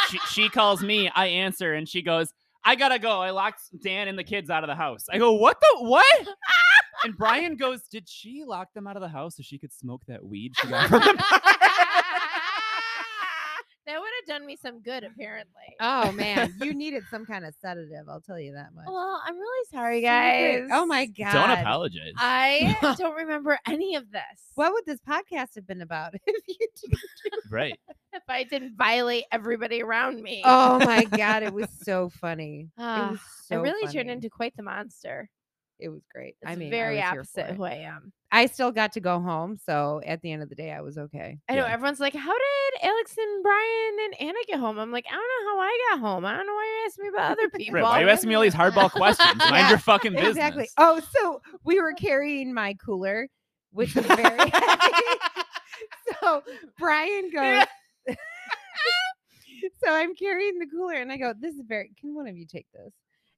Speaker 6: she, she calls me. I answer, and she goes, "I gotta go. I locked Dan and the kids out of the house." I go, "What the what?" and Brian goes, "Did she lock them out of the house so she could smoke that weed?" She got from the-"
Speaker 5: that would have done me some good, apparently.
Speaker 4: Oh man, you needed some kind of sedative. I'll tell you that much.
Speaker 5: well, I'm really sorry,
Speaker 4: Secret-
Speaker 5: guys.
Speaker 4: Oh my god. Uh,
Speaker 6: Don't apologize.
Speaker 5: I don't remember any of this.
Speaker 4: What would this podcast have been about if you did?
Speaker 6: right.
Speaker 5: if I didn't violate everybody around me?
Speaker 4: Oh my god, it was so funny.
Speaker 5: Ah,
Speaker 4: it was
Speaker 5: I
Speaker 4: so
Speaker 5: really turned
Speaker 4: funny.
Speaker 5: into quite the monster.
Speaker 4: it was great.
Speaker 5: It's
Speaker 4: I mean, I
Speaker 5: very
Speaker 4: was here for
Speaker 5: opposite
Speaker 4: it.
Speaker 5: who I am.
Speaker 4: I still got to go home, so at the end of the day, I was okay.
Speaker 5: I know
Speaker 6: Yeah.
Speaker 5: everyone's like, "How did Alex and Brian and Anna get home?" I'm like, "I don't know how I got home. I don't know why you're asking me about other people."
Speaker 6: Right. Why are you asking me all these hardball questions? Mind
Speaker 4: Yeah,
Speaker 6: your fucking business.
Speaker 4: Exactly. Oh, so we were carrying my cooler, which was very heavy. so Brian goes. so I'm carrying the cooler and I go, This is very can one of you take this?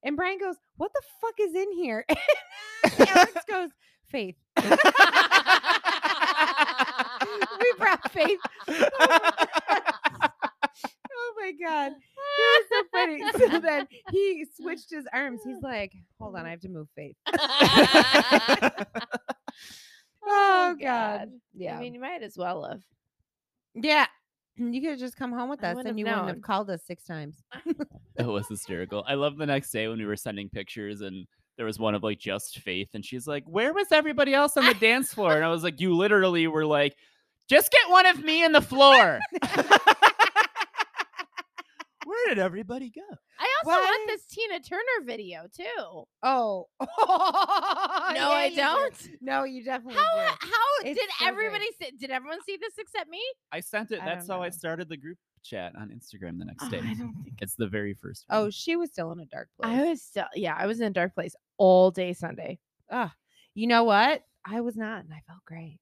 Speaker 4: And Brian goes, What the fuck is in here? And Alex goes, Faith. we brought Faith. Oh my god. It was so funny. So then he switched his arms. He's like, Hold
Speaker 5: Mm.
Speaker 4: on, I have to move Faith. Oh, God. Yeah.
Speaker 5: I mean, you might as well have.
Speaker 4: yeah. You could have just come home with
Speaker 5: I
Speaker 4: us and
Speaker 5: wouldn't have
Speaker 4: you wouldn't
Speaker 5: known.
Speaker 4: have called us six times.
Speaker 6: That was hysterical. I love the next day when we were sending pictures and there was one of like just Faith and she's like, "Where was everybody else on the dance floor?" And I was like, "You literally were like, just get one of me in the floor." Where did everybody go?
Speaker 5: I also
Speaker 4: Why?
Speaker 5: want this Tina Turner video too. No,
Speaker 4: Oh. no,
Speaker 5: I don't.
Speaker 4: No, you definitely
Speaker 5: How
Speaker 4: do.
Speaker 5: how
Speaker 4: It's
Speaker 5: did
Speaker 4: so good.
Speaker 5: everybody see, did everyone see this except me?
Speaker 6: I sent it.
Speaker 4: I
Speaker 6: That's
Speaker 4: don't
Speaker 6: how I
Speaker 4: know.
Speaker 6: started the group chat on Instagram the next day.
Speaker 5: Oh, don't think.
Speaker 6: It's the very first.
Speaker 4: Oh,
Speaker 6: one.
Speaker 4: she was still in a dark place.
Speaker 5: I was still yeah, I was in a dark place all day Sunday.
Speaker 4: you know what? I was not, and I felt great.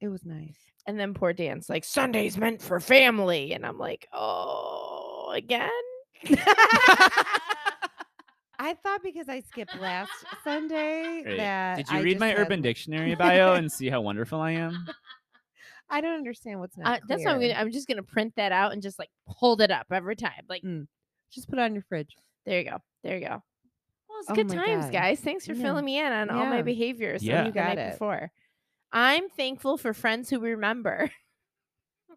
Speaker 4: It was nice.
Speaker 5: And then poor Dan's like, Sunday's meant for family. And I'm like, oh, again?
Speaker 4: I I thought because I skipped last Sunday
Speaker 6: Great.
Speaker 4: that
Speaker 6: Did you
Speaker 4: I
Speaker 6: read
Speaker 4: just
Speaker 6: my
Speaker 4: had-
Speaker 6: Urban Dictionary bio and see how wonderful I am?
Speaker 4: I don't understand what's not.
Speaker 5: Uh, that's what I'm
Speaker 4: clear.
Speaker 5: gonna. I'm just gonna print that out and just like hold it up every time. Like
Speaker 4: Mm. Just put it on your fridge.
Speaker 5: there you go, there you go. Well, it's
Speaker 4: Oh
Speaker 5: good
Speaker 4: my
Speaker 5: times,
Speaker 4: God.
Speaker 5: guys. Thanks for
Speaker 4: Yeah.
Speaker 5: filling me in on all my
Speaker 4: Yeah.
Speaker 5: behaviors.
Speaker 6: Yeah.
Speaker 5: Yeah, you
Speaker 6: You
Speaker 5: got
Speaker 4: got it.
Speaker 5: Before, I'm thankful for friends who remember.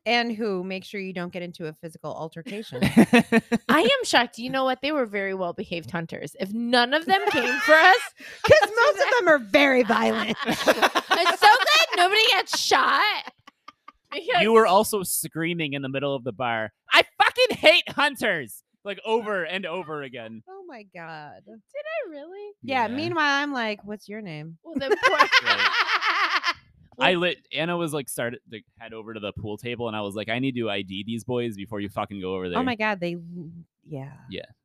Speaker 4: And who make sure you don't get into a physical altercation.
Speaker 5: I am shocked. You know what? They were very well behaved hunters. If none of them came for us,
Speaker 4: Because most of them are very violent.
Speaker 5: I'm so glad nobody got shot. Because
Speaker 6: you were also screaming in the middle of the bar. I fucking hate hunters. Like over and over again.
Speaker 4: Oh my god.
Speaker 5: I really.
Speaker 4: Yeah, Meanwhile, I'm like, what's your name?
Speaker 5: Well, the poor.
Speaker 6: I lit Anna was like started to head over to the pool table and I was like, I need to ID these boys before you fucking go over there.
Speaker 4: Oh my god. They. l- Yeah.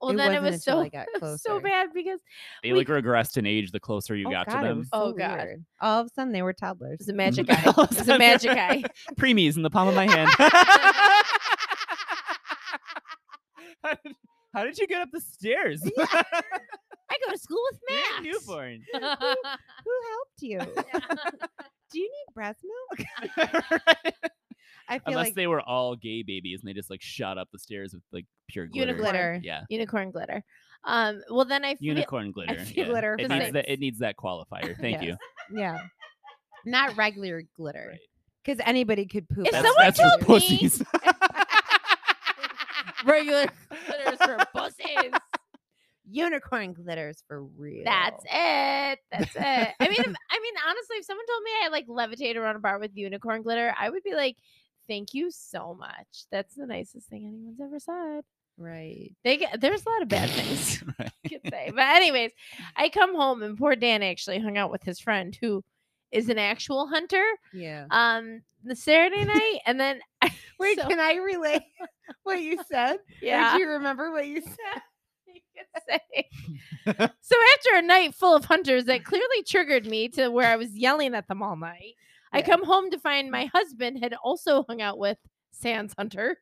Speaker 5: Well,
Speaker 4: It
Speaker 5: then it
Speaker 4: wasn't
Speaker 5: was
Speaker 4: until
Speaker 5: so
Speaker 4: I got
Speaker 5: it was so
Speaker 4: closer.
Speaker 5: bad because
Speaker 6: They
Speaker 5: we-
Speaker 6: like regressed in age the closer you
Speaker 4: Oh,
Speaker 6: got
Speaker 4: God,
Speaker 6: to
Speaker 4: it
Speaker 6: them.
Speaker 4: was
Speaker 5: Oh,
Speaker 4: so
Speaker 5: God.
Speaker 4: weird. All of a sudden, they were
Speaker 5: it was
Speaker 4: toddlers.
Speaker 5: a magic eye. It was a magic eye.
Speaker 6: Preemies in the palm of my hand. how, did, how did you get up the stairs?
Speaker 5: I go to school with
Speaker 6: You're a
Speaker 5: Max.
Speaker 6: Newborn.
Speaker 4: Who helped you? Do you need breast milk? I feel
Speaker 6: Unless
Speaker 4: like
Speaker 6: they were all gay babies and they just like shot up the stairs with like pure glitter.
Speaker 5: Unicorn. Glitter.
Speaker 6: Yeah.
Speaker 5: Unicorn glitter. Um. Well, then I feel
Speaker 6: Unicorn glitter.
Speaker 5: feel
Speaker 6: yeah.
Speaker 4: glitter
Speaker 5: for
Speaker 6: It needs, that,
Speaker 5: six.
Speaker 6: it needs that qualifier. Thank you.
Speaker 4: yeah, not regular glitter
Speaker 6: Right.
Speaker 4: because anybody could poop.
Speaker 5: If
Speaker 4: out
Speaker 6: That's,
Speaker 4: of
Speaker 5: someone
Speaker 4: glitter.
Speaker 6: that's for
Speaker 5: told me-
Speaker 6: pussies.
Speaker 5: regular glitters for pussies.
Speaker 4: unicorn glitters for real.
Speaker 5: That's it. That's it. I mean, if, I mean, honestly, if someone told me I like levitate around a bar with unicorn glitter, I would be like, "Thank you so much. That's the nicest thing anyone's ever said."
Speaker 4: right.
Speaker 5: They get, there's a lot of bad things
Speaker 6: Right.
Speaker 5: I could say, but anyways, I come home and poor Dan actually hung out with his friend who is an actual hunter.
Speaker 4: Yeah.
Speaker 5: Um, the Saturday night, and then
Speaker 4: Wait,
Speaker 5: so-
Speaker 4: can I relay what you said? Or do you remember what you said?
Speaker 5: you could say. so after a night full of hunters that clearly triggered me to where I was yelling at them all night, I
Speaker 4: Yeah.
Speaker 5: come home to find my husband had also hung out with Sans Hunter.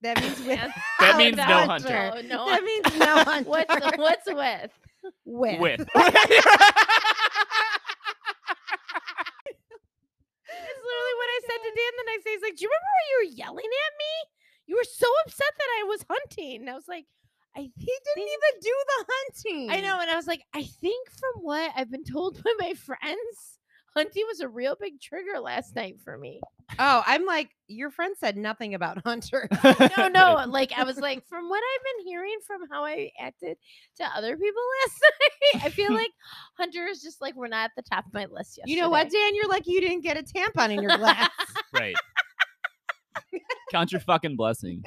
Speaker 4: That means with.
Speaker 5: Sans-
Speaker 6: That
Speaker 5: Oh,
Speaker 6: means
Speaker 5: no
Speaker 6: no
Speaker 5: hunter.
Speaker 6: hunter.
Speaker 5: Oh, no
Speaker 4: that
Speaker 5: hunter.
Speaker 4: means no hunter.
Speaker 5: What's what's with?
Speaker 4: with?
Speaker 6: With.
Speaker 5: That's literally what I said to Dan the next day. He's like, "Do you remember where you were yelling at me? You were so upset that I was hunting." And I was like, "I
Speaker 4: He didn't even do the hunting.
Speaker 5: I know. And I was like, I think from what I've been told by my friends, hunting was a real big trigger last night for me.
Speaker 4: Oh, I'm like your friend said nothing about hunter.
Speaker 5: No, no. like, I was like, from what I've been hearing from how I acted to other people last night, I feel like Hunter is just like, we're not at the top of my list yesterday.
Speaker 4: You know what, Dan? You're like you didn't get a tampon in your glass.
Speaker 6: Right. Count your fucking blessings.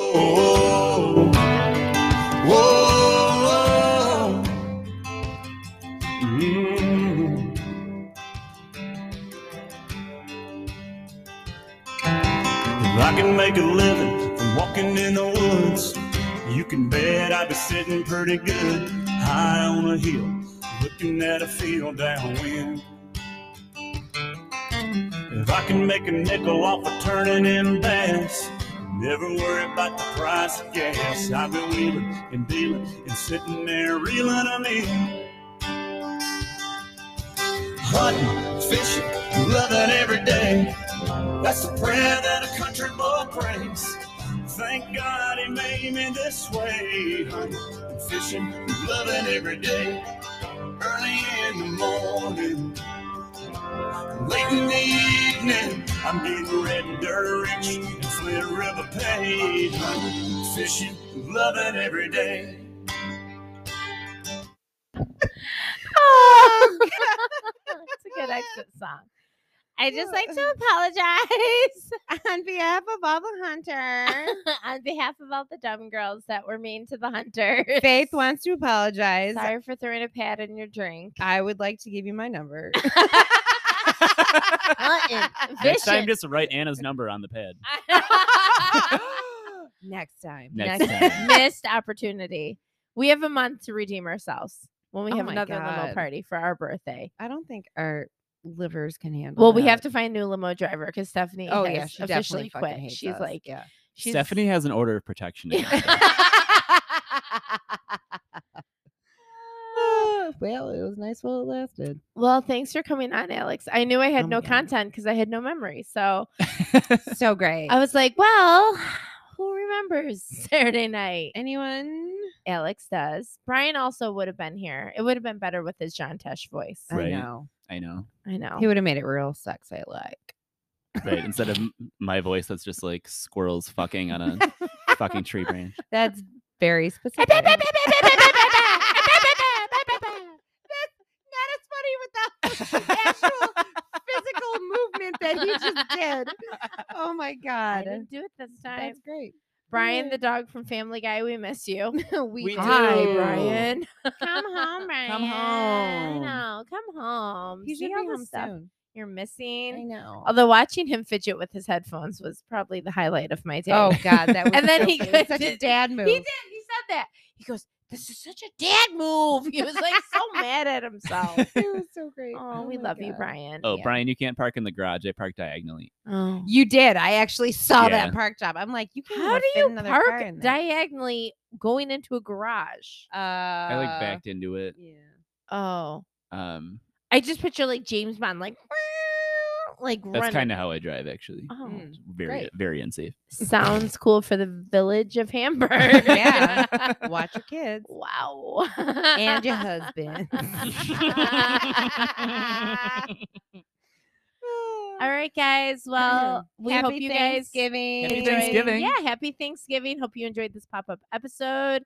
Speaker 8: Whoa. Whoa. Mm. If I can make a living from walking in the woods, you can bet I'd be sitting pretty good high on a hill, looking at a field downwind. If I can make a nickel off of turning in bass, never worry about the price of gas. I've been wheeling and dealing and sitting there reeling them in. Hunting, fishing, loving every day. That's the prayer that a country boy prays. Thank God he made me this way. Hunting, fishing, loving every day. Early in the morning, Late in the evening, I'm getting red dirt rich and Flint River paid. Hunting, fishing, loving every day.
Speaker 5: Oh, it's a good exit song. I just like to apologize.
Speaker 4: On behalf of all the hunter,
Speaker 5: on behalf of all the dumb girls that were mean to the hunter.
Speaker 4: Faith wants to apologize.
Speaker 5: Sorry for throwing a pad in your drink.
Speaker 4: I would like to give you my number.
Speaker 6: Next time, just write Anna's number on the pad.
Speaker 4: Next time.
Speaker 6: Next time.
Speaker 5: missed opportunity. We have a month to redeem ourselves when we
Speaker 4: Oh
Speaker 5: have
Speaker 4: my
Speaker 5: another limo
Speaker 4: God.
Speaker 5: party for our birthday.
Speaker 4: I don't think our livers can handle.
Speaker 5: Well, we
Speaker 4: that.
Speaker 5: have to find a new limo driver because Stephanie
Speaker 4: Oh
Speaker 5: has
Speaker 4: yeah, she
Speaker 5: officially
Speaker 4: definitely
Speaker 5: quit.
Speaker 4: fucking hates
Speaker 5: She's
Speaker 4: us.
Speaker 5: like,
Speaker 4: yeah.
Speaker 5: she's
Speaker 6: Stephanie has an order of protection. against us.
Speaker 4: well, it was nice while it lasted.
Speaker 5: Well, thanks for coming on, Alex. I knew I had
Speaker 4: Oh my
Speaker 5: no
Speaker 4: God.
Speaker 5: content because I had no memory. So
Speaker 4: So great.
Speaker 5: I was like, well, who remembers Saturday night?
Speaker 4: Anyone?
Speaker 5: Alex does. Brian also would have been here. It would have been better with his John Tesh voice.
Speaker 6: Right.
Speaker 4: I know.
Speaker 6: I know.
Speaker 5: I know.
Speaker 4: He would have made it real sexy like.
Speaker 6: Right. Instead of m- my voice, that's just like squirrels fucking on a fucking tree branch.
Speaker 4: That's very specific. That's not as funny without the actual physical movement that he just did. Oh my
Speaker 5: I
Speaker 4: god.
Speaker 5: didn't do it this time.
Speaker 4: That's great.
Speaker 5: Brian, the dog from Family Guy, we miss you.
Speaker 4: we
Speaker 6: We
Speaker 5: Hi,
Speaker 6: do.
Speaker 5: Brian. Come home, Brian.
Speaker 6: Come home.
Speaker 5: No, come home.
Speaker 4: He
Speaker 5: See
Speaker 4: should be
Speaker 5: all the
Speaker 4: home
Speaker 5: stuff
Speaker 4: soon.
Speaker 5: You're
Speaker 4: I
Speaker 5: missing.
Speaker 4: know.
Speaker 5: Although watching him fidget with his headphones was probably the highlight of my day.
Speaker 4: Oh god, that was
Speaker 5: And then
Speaker 4: so
Speaker 5: he
Speaker 4: funny.
Speaker 5: goes-
Speaker 4: such a dad move.
Speaker 5: He did. He said that. He goes, "This is such a dad move." He was like so mad at himself.
Speaker 4: It was so great.
Speaker 5: Oh, we
Speaker 4: my
Speaker 5: love you,
Speaker 4: God.
Speaker 5: Brian.
Speaker 6: Oh,
Speaker 4: Yeah.
Speaker 6: Brian, you can't park in the garage. I park diagonally.
Speaker 5: Oh.
Speaker 4: You did. I actually saw
Speaker 6: Yeah.
Speaker 4: that park job. I'm like, you can't
Speaker 5: How
Speaker 4: even
Speaker 5: do
Speaker 4: fit
Speaker 5: you
Speaker 4: another car
Speaker 5: park
Speaker 4: in there.
Speaker 5: diagonally going into a garage?
Speaker 4: uh,
Speaker 6: I like backed into it.
Speaker 4: Yeah.
Speaker 5: Oh,
Speaker 6: Um,
Speaker 5: I just picture like James Bond, like like
Speaker 6: that's
Speaker 5: running.
Speaker 6: kind of how I drive, actually.
Speaker 5: Oh,
Speaker 4: Mm.
Speaker 6: Very,
Speaker 4: great.
Speaker 6: very unsafe.
Speaker 5: sounds cool for the village of Hamburg.
Speaker 4: Yeah. Watch your kids
Speaker 5: Wow.
Speaker 4: and your husband.
Speaker 5: All right, guys. Well, we
Speaker 4: Happy
Speaker 5: hope you guys
Speaker 4: Thanksgiving.
Speaker 6: Happy
Speaker 5: enjoyed-
Speaker 6: Thanksgiving.
Speaker 5: Yeah, happy Thanksgiving. Hope you enjoyed this pop up episode.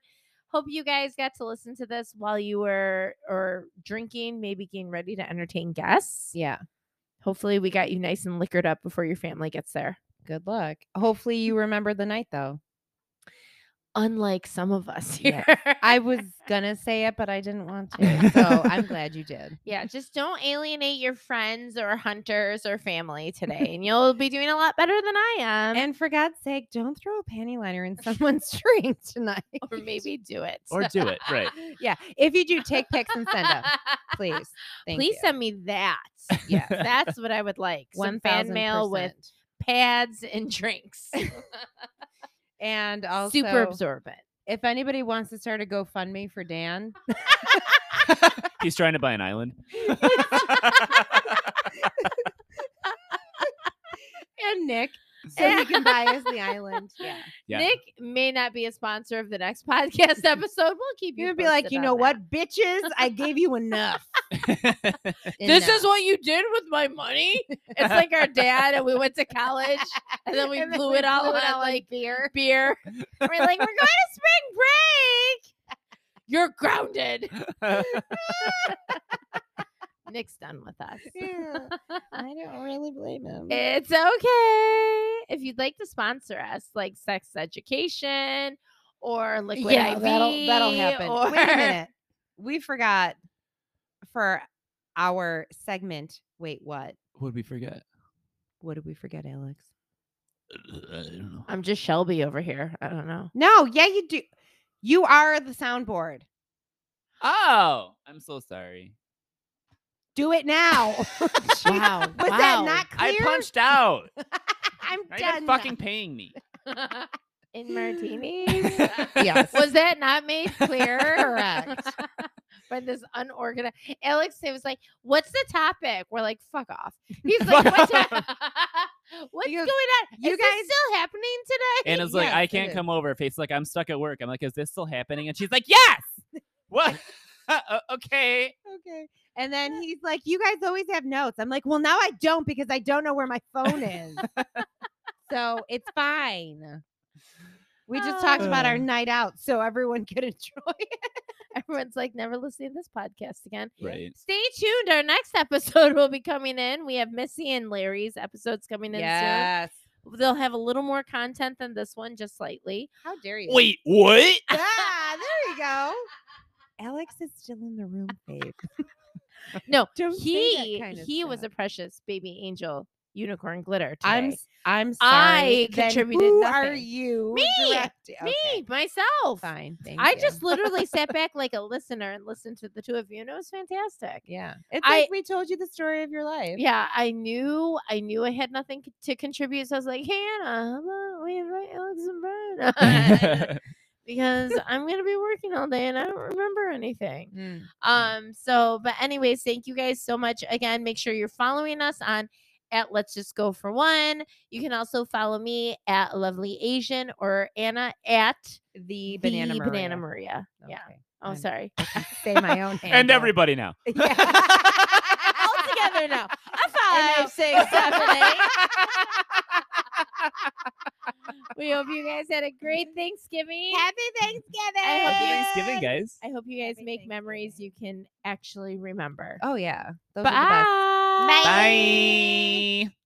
Speaker 5: Hope you guys got to listen to this while you were or drinking, maybe getting ready to entertain guests.
Speaker 4: Yeah.
Speaker 5: Hopefully, we got you nice and liquored up before your family gets there.
Speaker 4: Good luck. Hopefully you remember the night though.
Speaker 5: Unlike some of us
Speaker 4: Yeah.
Speaker 5: here,
Speaker 4: I was gonna say it, but I didn't want to. So I'm glad you did.
Speaker 5: Yeah, just don't alienate your friends or hunters or family today, and you'll be doing a lot better than I am.
Speaker 4: And for God's sake, don't throw a panty liner in someone's drink tonight.
Speaker 5: or maybe do it.
Speaker 6: Or do it. Right.
Speaker 4: yeah. If you do, take pics and send them, please. Thank
Speaker 5: Please
Speaker 4: you.
Speaker 5: send me that.
Speaker 4: Yeah.
Speaker 5: That's what I would like. Some
Speaker 4: One
Speaker 5: fan mail with pads and drinks.
Speaker 4: and also
Speaker 5: Super absorbent.
Speaker 4: if anybody wants to start a GoFundMe for Dan,
Speaker 6: He's trying to buy an island.
Speaker 4: and Nick so he can buy us the island. Yeah.
Speaker 6: Yeah.
Speaker 5: Nick may not be a sponsor of the next podcast episode. We'll keep you.
Speaker 4: You're gonna be like,
Speaker 5: posted
Speaker 4: you
Speaker 5: on
Speaker 4: know
Speaker 5: that."
Speaker 4: what, bitches, I gave you enough.
Speaker 5: This is what you did with my money. It's like our dad, and we went to college, and then we
Speaker 4: And then
Speaker 5: blew
Speaker 4: we
Speaker 5: it all
Speaker 4: blew it
Speaker 5: on
Speaker 4: all on
Speaker 5: like beer. Beer. We're like, we're going to spring break. You're grounded. Nick's done with us.
Speaker 4: I don't really blame him.
Speaker 5: It's okay if you'd like to sponsor us, like sex education or liquid
Speaker 4: yeah,
Speaker 5: IV.
Speaker 4: that'll that'll happen.
Speaker 5: Or...
Speaker 4: Wait a minute. We forgot for our segment. Wait, what?
Speaker 6: What did we forget?
Speaker 4: What did we forget, Alex?
Speaker 6: I don't know.
Speaker 5: I'm just Shelby over here. I don't know.
Speaker 4: No, yeah, you do. You are the soundboard.
Speaker 6: Oh, I'm so sorry.
Speaker 4: Do it now.
Speaker 5: Wow.
Speaker 4: Was that not clear?
Speaker 6: I punched out.
Speaker 4: I'm
Speaker 6: Not
Speaker 4: done.
Speaker 6: even fucking paying me.
Speaker 5: in martinis.
Speaker 4: Yes.
Speaker 5: Was that not made clear?
Speaker 4: Correct.
Speaker 5: By this unorganized Alex, it was like, "What's the topic?" We're like, "Fuck off." He's like, "What's, what's
Speaker 4: He goes,
Speaker 5: going on?
Speaker 4: "You
Speaker 5: Is this
Speaker 4: guys-
Speaker 5: still happening today?"
Speaker 6: Anna's like,
Speaker 4: Yes,
Speaker 6: I
Speaker 4: it
Speaker 6: can't
Speaker 4: is.
Speaker 6: come over. Faith's like, I'm stuck at work. I'm like, is this still happening? And she's like, yes. What? Uh, okay.
Speaker 4: okay. And then he's like, "You guys always have notes." I'm like, "Well, now I don't because I don't know where my phone is." so it's fine. We just talked about our
Speaker 6: Oh.
Speaker 4: night out, so everyone could enjoy it.
Speaker 5: Everyone's like, never listen to this podcast again.
Speaker 6: Right.
Speaker 5: Stay tuned. Our next episode will be coming in. We have Missy and Larry's episodes coming in soon. They'll have a little more content than this one, just slightly.
Speaker 4: How dare you?
Speaker 6: Wait, what?
Speaker 4: Ah, Yeah, there you go. Alex is still in the room, babe.
Speaker 5: No,
Speaker 4: Don't say that
Speaker 5: he
Speaker 4: kind of
Speaker 5: he was a
Speaker 4: stuff.
Speaker 5: precious baby angel unicorn glitter. Today.
Speaker 4: I'm s- I'm sorry.
Speaker 5: I
Speaker 4: Then
Speaker 5: contributed
Speaker 4: Who are
Speaker 5: nothing.
Speaker 4: you?
Speaker 5: Me!
Speaker 4: directing-
Speaker 5: me
Speaker 4: Okay,
Speaker 5: myself.
Speaker 4: Fine. Thank
Speaker 5: I
Speaker 4: you.
Speaker 5: just literally sat back like a listener and listened to the two of you, and it was fantastic.
Speaker 4: yeah. It's
Speaker 5: I-
Speaker 4: like we told you the story of your life.
Speaker 5: Yeah, I knew I knew I had nothing c- to contribute, so I was like, Hannah, how about we invite Alex and
Speaker 4: Uh,
Speaker 5: Brian on?" because I'm gonna be working all day and I don't remember anything.
Speaker 4: Mm.
Speaker 5: Um, so but anyways, thank you guys so much. Again, make sure you're following us on at Let's Just Go for One. You can also follow me at Lovely Asian or Anna at
Speaker 4: The banana.
Speaker 5: the
Speaker 4: Maria.
Speaker 5: Banana Maria. Yeah.
Speaker 4: Okay.
Speaker 5: Oh,
Speaker 4: I'm-
Speaker 5: sorry.
Speaker 4: Say my own.
Speaker 6: and
Speaker 4: handle.
Speaker 6: everybody now.
Speaker 5: all together now. I
Speaker 4: Five,
Speaker 5: five,
Speaker 4: six,
Speaker 5: seven, eight. we hope you guys had a great Thanksgiving.
Speaker 4: Happy Thanksgiving.
Speaker 6: Thanksgiving, guys.
Speaker 5: I hope you guys
Speaker 4: Happy
Speaker 5: make memories you can actually remember.
Speaker 4: Oh yeah. Those are the best.
Speaker 5: Bye.
Speaker 6: Bye.